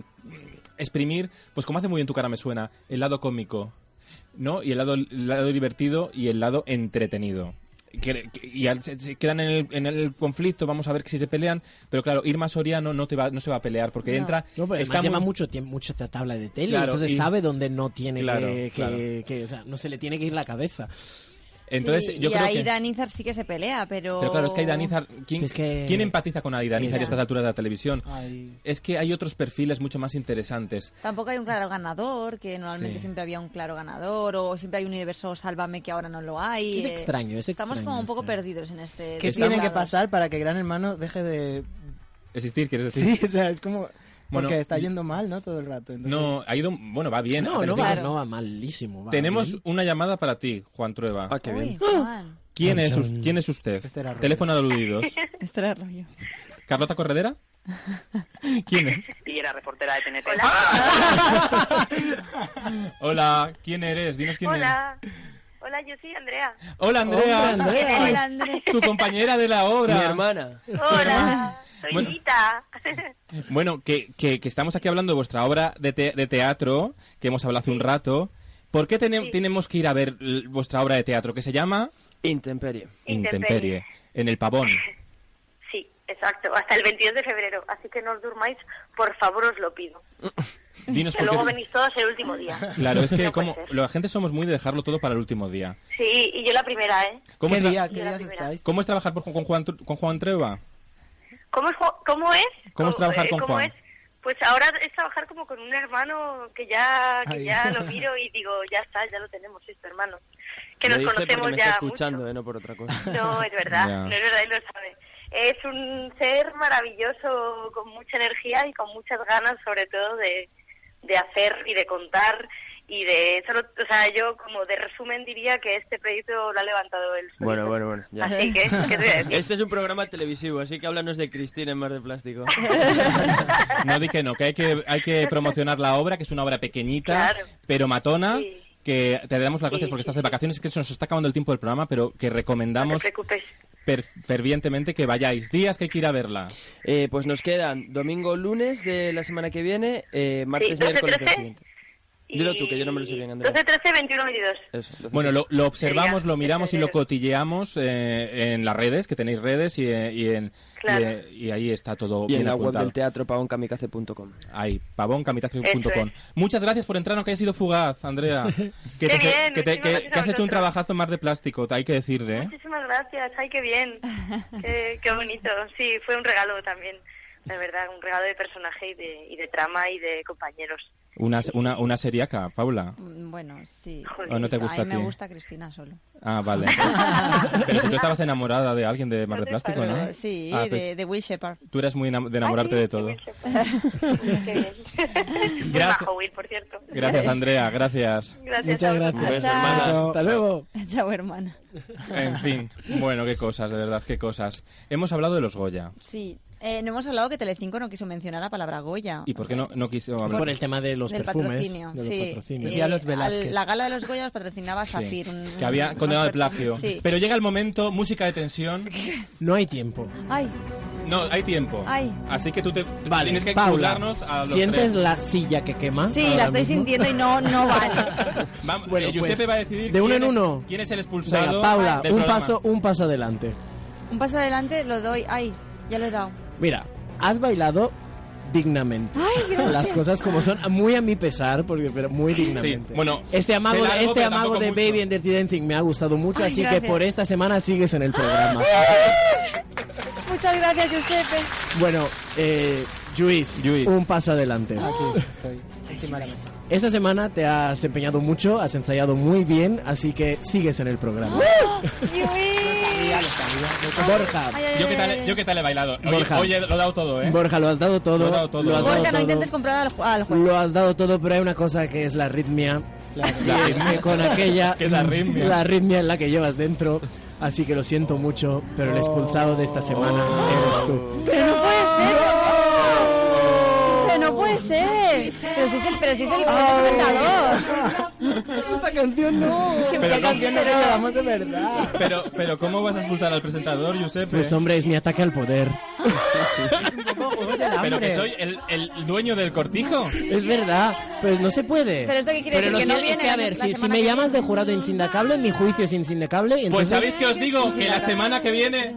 S3: exprimir, pues como hace muy bien tu cara me suena, el lado cómico, ¿no? Y el lado, el lado divertido y el lado entretenido. Que- que- Y al- se, se quedan en el, en el conflicto, vamos a ver si se pelean, pero claro, Irma Soriano no, te va, no se va a pelear porque
S7: No.
S3: entra...
S5: No, pero además
S3: está
S5: lleva
S3: muy-
S5: mucho tiempo, mucha ta- tabla de tele,
S3: Claro,
S5: entonces
S3: y-
S5: sabe dónde no tiene
S3: Claro,
S5: que, que-
S3: claro.
S5: que- o sea, no se le tiene que ir la cabeza.
S3: Entonces,
S7: Sí,
S3: yo
S7: y
S3: creo
S7: ahí
S3: que...
S7: Danizar sí que se pelea, pero...
S3: Pero claro, es que Aidan Izar- ¿quién,
S5: Es que-
S3: ¿quién empatiza con Aidan Izar
S5: Es-
S3: a estas alturas de la televisión?
S4: Ay.
S3: Es que hay otros perfiles mucho más interesantes.
S7: Tampoco hay un claro ganador, que normalmente
S3: Sí.
S7: siempre había un claro ganador, o siempre hay un universo Sálvame que ahora no lo hay.
S5: Es
S7: eh,
S5: extraño, es
S7: Estamos
S5: extraño,
S7: como un poco
S5: extraño.
S7: perdidos en este...
S4: ¿Qué
S7: estamos-
S4: tiene que pasar para que Gran Hermano deje de...
S3: Existir, quieres decir.
S4: Sí, o sea, es como...
S3: Bueno,
S4: porque está
S3: y-
S4: yendo mal, ¿no? Todo el rato. entonces-
S3: No, ha ido, bueno, va bien.
S5: No, no
S3: Atlético.
S5: va,
S7: Claro.
S5: no va malísimo. va
S3: Tenemos
S5: bien.
S3: una llamada para ti, Juan Trueba.
S10: Ah, qué
S7: Uy,
S10: bien.
S7: Juan.
S3: ¿Quién
S5: Chan,
S3: es, us-
S5: chan.
S3: ¿Quién es usted?
S4: Este era Rubén.
S3: Teléfono de aludidos.
S7: Esto era rollo.
S3: ¿Carlota Corredera? ¿Quién es?
S11: Y era reportera de TNT.
S3: Hola, ¿quién eres? Dinos quién
S12: Hola. Hola, yo soy Andrea.
S3: eres. Hola, Andrea.
S5: Hombre, Andrea.
S7: Hola, Andrés.
S3: Tu compañera de la
S10: Mi
S3: obra.
S10: hermana.
S12: Hola. Soy
S3: Bueno.
S12: Rita.
S3: Bueno, que, que- que estamos aquí hablando de vuestra obra de, te- de teatro, que hemos hablado hace un rato. ¿Por qué tene- tenemos que ir a ver l- vuestra obra de teatro que se llama
S10: Intemperie.
S12: Intemperie.
S3: En el pavón.
S12: sí, exacto. Hasta el 22 de febrero. Así que no os durmáis, por favor, os lo pido.
S3: Dinos
S12: Que
S3: por qué-
S12: luego venís todos el último día.
S3: Claro, es que
S12: No puede
S3: como
S12: ser.
S3: la gente somos muy de dejarlo todo para el último día.
S12: Sí, y yo la primera, ¿eh?
S3: ¿Cómo,
S4: ¿Qué
S3: es, tra-
S4: días, qué
S12: Yo la
S4: días
S12: primera.
S4: estáis?
S3: cómo es trabajar por- con Juan, Tru- con Juan Trueba?
S12: ¿Cómo es? Ju- ¿Cómo es,
S3: ¿Cómo es trabajar
S12: eh,
S3: con
S12: cómo
S3: Juan?
S12: es? Pues ahora es trabajar como con un hermano que ya que
S4: Ay.
S12: ya lo miro y digo, ya está, ya lo tenemos este hermano. Que
S10: Lo
S12: nos
S10: dije porque
S12: conocemos
S10: me
S12: ya
S10: está escuchando,
S12: mucho.
S10: eh, no por otra cosa.
S12: No, es verdad,
S3: Ya.
S12: no es verdad, él lo sabe. Es un ser maravilloso, con mucha energía y con muchas ganas, sobre todo, de, de hacer y de contar. Y de solo, o sea, yo como de resumen diría que este proyecto lo ha levantado él. solito.
S10: Bueno, bueno, bueno. ya.
S12: Así que, ¿qué te voy a decir?
S10: Este es un programa televisivo, así que háblanos de Cristina en Mar de Plástico.
S3: No di que no, que hay que hay que promocionar la obra, que es una obra pequeñita,
S12: Claro.
S3: pero matona.
S12: Sí.
S3: Que te damos las gracias
S12: Sí,
S3: porque
S12: sí,
S3: estás de
S12: sí.
S3: vacaciones, que se nos está acabando el tiempo del programa, pero que
S12: No te
S3: recomendamos
S12: preocupes.
S3: per- fervientemente que vayáis. Días que hay que ir a verla.
S10: Eh, pues nos quedan domingo, lunes de la semana que viene, eh, martes,
S12: 12,
S10: miércoles del
S12: 13.
S10: siguiente. Dilo tú, que yo no me lo sé bien, Andrea.
S12: 12, 13, 21, 22.
S10: Eso, 12,
S3: Bueno, lo, lo observamos,
S12: Sería
S3: lo miramos y lo
S12: febrero.
S3: cotilleamos eh, en las redes, que tenéis redes y, eh, y en,
S12: Claro.
S3: y, eh, y ahí está todo
S10: y
S3: bien
S10: en la web
S3: apuntado.
S10: del teatro paoncamicace.com.
S3: Ahí, pavoncamitazo.com.
S12: Eso es.
S3: Muchas gracias por entrar, aunque haya sido fugaz, Andrea. Que,
S12: Qué bien,
S3: que, te-
S12: muchísimas
S3: que- que
S12: gracias
S3: has
S12: a
S3: hecho un
S12: vosotros.
S3: trabajazo más de plástico, hay que decirle. ¿eh?
S12: Muchísimas gracias, ay, qué bien. Qué, qué bonito. Sí, fue un regalo también, de verdad, un regalo de personaje y de, y de trama y de compañeros.
S3: Una, una, una seriaca, Paula.
S7: Mm, Bueno, sí.
S3: ¿O no te gusta
S7: a
S3: a
S7: mí me
S3: ti?
S7: gusta Cristina solo.
S3: Ah, vale. Pero si tú estabas enamorada de alguien de Mar de Plástico, ¿no?
S7: Sí,
S3: Ah, pues
S7: de, de Will Shepard.
S3: Tú eres muy enam- de enamorarte de todo.
S12: Muy
S3: Gracias.
S12: bajo, Will, por cierto.
S3: Gracias, Andrea, gracias.
S12: Gracias Muchas a vosotros.
S3: Beso,
S12: gracias. Chao.
S3: hermana.
S5: Hasta luego.
S7: Chao, hermana.
S3: En fin, bueno, qué cosas, de verdad, qué cosas. Hemos hablado de los Goya.
S7: Sí. Eh, no hemos hablado que Telecinco no quiso mencionar la palabra Goya.
S3: ¿Y por qué no, no quiso hablar?
S5: por el tema de los
S7: del
S5: perfumes,
S7: patrocinio.
S5: de los
S7: sí.
S5: patrocinios.
S7: Eh,
S5: Y a los
S7: al-
S5: Velázquez.
S7: la gala de los Goya los patrocinaba
S3: Sí,
S7: Zafir. un-
S3: que había
S7: un-
S3: condenado el
S7: unos
S3: plagio.
S7: perfumes. Sí.
S3: Pero llega el momento, música de tensión.
S5: No hay tiempo.
S7: Ay,
S3: No, hay tiempo.
S7: Ay.
S3: Así que tú te
S5: Vale,
S3: tienes que
S5: Paula,
S3: curlarnos a los
S5: ¿sientes
S3: tres.
S5: la silla que quema?
S7: sí,
S5: Ah, ahora
S7: la estoy
S5: mismo?
S7: sintiendo y no, no vale.
S3: Va-
S5: Bueno,
S3: eh, Giuseppe
S5: pues,
S3: va a decidir
S5: de uno
S3: quién
S5: en
S3: es-
S5: uno.
S3: quién es el expulsado.
S5: Venga, Paula,
S3: del
S5: un
S3: programa.
S5: paso, un paso adelante.
S7: Un paso adelante lo doy. Ay, ya lo he dado.
S5: Mira, has bailado dignamente. Las cosas como son, muy a mi pesar, porque pero muy dignamente.
S3: Sí, bueno,
S5: este amago,
S3: sé largo,
S5: este
S3: pero
S5: amago
S3: tampoco
S5: de
S3: mucho.
S5: Baby and Dirty Dancing me ha gustado mucho,
S7: Ay,
S5: así que
S7: gracias.
S5: por esta semana sigues en el programa.
S7: Muchas gracias, Giuseppe.
S5: Bueno, eh, Luis,
S3: Lluís.
S5: un paso adelante.
S4: Aquí estoy, encima de la mesa.
S5: Esta semana te has empeñado mucho, has ensayado muy bien, así que sigues en el programa.
S4: Sabía, lo sabía.
S5: Borja,
S3: Yo qué tal, yo qué tal he bailado. Oye,
S5: Borja.
S3: oye, lo he dado todo, ¿eh?
S5: Borja, lo has dado todo.
S3: Lo he dado todo.
S5: lo has
S7: Borja,
S5: dado
S7: no
S5: todo.
S7: intentes comprar al, ju- al
S3: Pues,
S7: juez.
S5: Lo has dado todo, pero hay una cosa que es la arritmia. Y
S3: La
S5: es
S3: arritmia.
S5: que con aquella.
S3: ¿Qué es la arritmia?
S5: La arritmia en la que llevas dentro. Así que lo siento mucho, pero el expulsado de esta semana
S3: Oh.
S5: eres tú.
S7: ¡Que no puede ser! ¡Que no puede ser! Pero si es el, pero si es el presentador.
S4: Esta canción no.
S3: Pero
S4: Esta
S3: no-
S4: canción no la llevamos de verdad.
S3: Pero, pero ¿cómo vas a expulsar al presentador, Giuseppe?
S5: Pues hombre, es mi ataque al poder.
S3: pero que soy el, el dueño del cortijo. Pues
S5: Es verdad, pues no se puede.
S7: ¿Pero esto qué quiere
S5: Pero
S7: decir?
S5: lo
S7: ¿Que no
S5: sé- es
S7: viene
S5: que a
S7: la-
S5: ver,
S7: la
S5: si, si
S7: semana
S5: me
S7: que
S5: llamas de jurado insindicable, mi juicio es insindicable. y
S3: Pues
S5: entonces-
S3: ¿sabéis qué os digo? Que la semana que viene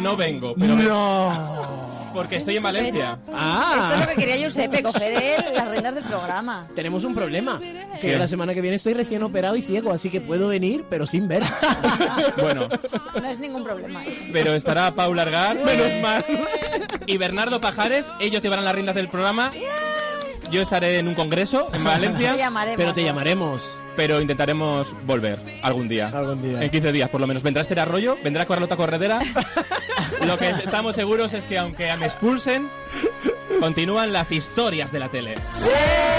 S3: no vengo, pero
S5: No.
S3: porque estoy en Valencia.
S7: Esto es lo
S5: Ah,
S7: que quería Giuseppe, coger él las riendas del programa.
S5: tenemos un problema. Que
S3: ¿Qué?
S5: yo la semana que viene estoy recién operado y ciego, así que puedo venir, pero sin ver.
S3: Bueno,
S7: No es ningún problema. eso.
S3: pero estará Paula Argar,
S5: Eh,
S3: menos mal. Y Bernardo Pajares, ellos llevarán las riendas del programa. Yo estaré en un congreso en
S7: Te
S3: Valencia,
S7: llamaremos.
S5: Pero te llamaremos.
S3: pero intentaremos volver algún día.
S5: Algún día.
S3: En 15 días, por lo menos. Vendrá Esther Arroyo, vendrá Carlota Corredera. Lo que estamos seguros es que aunque me expulsen, continúan las historias de la tele.
S11: ¡Eh!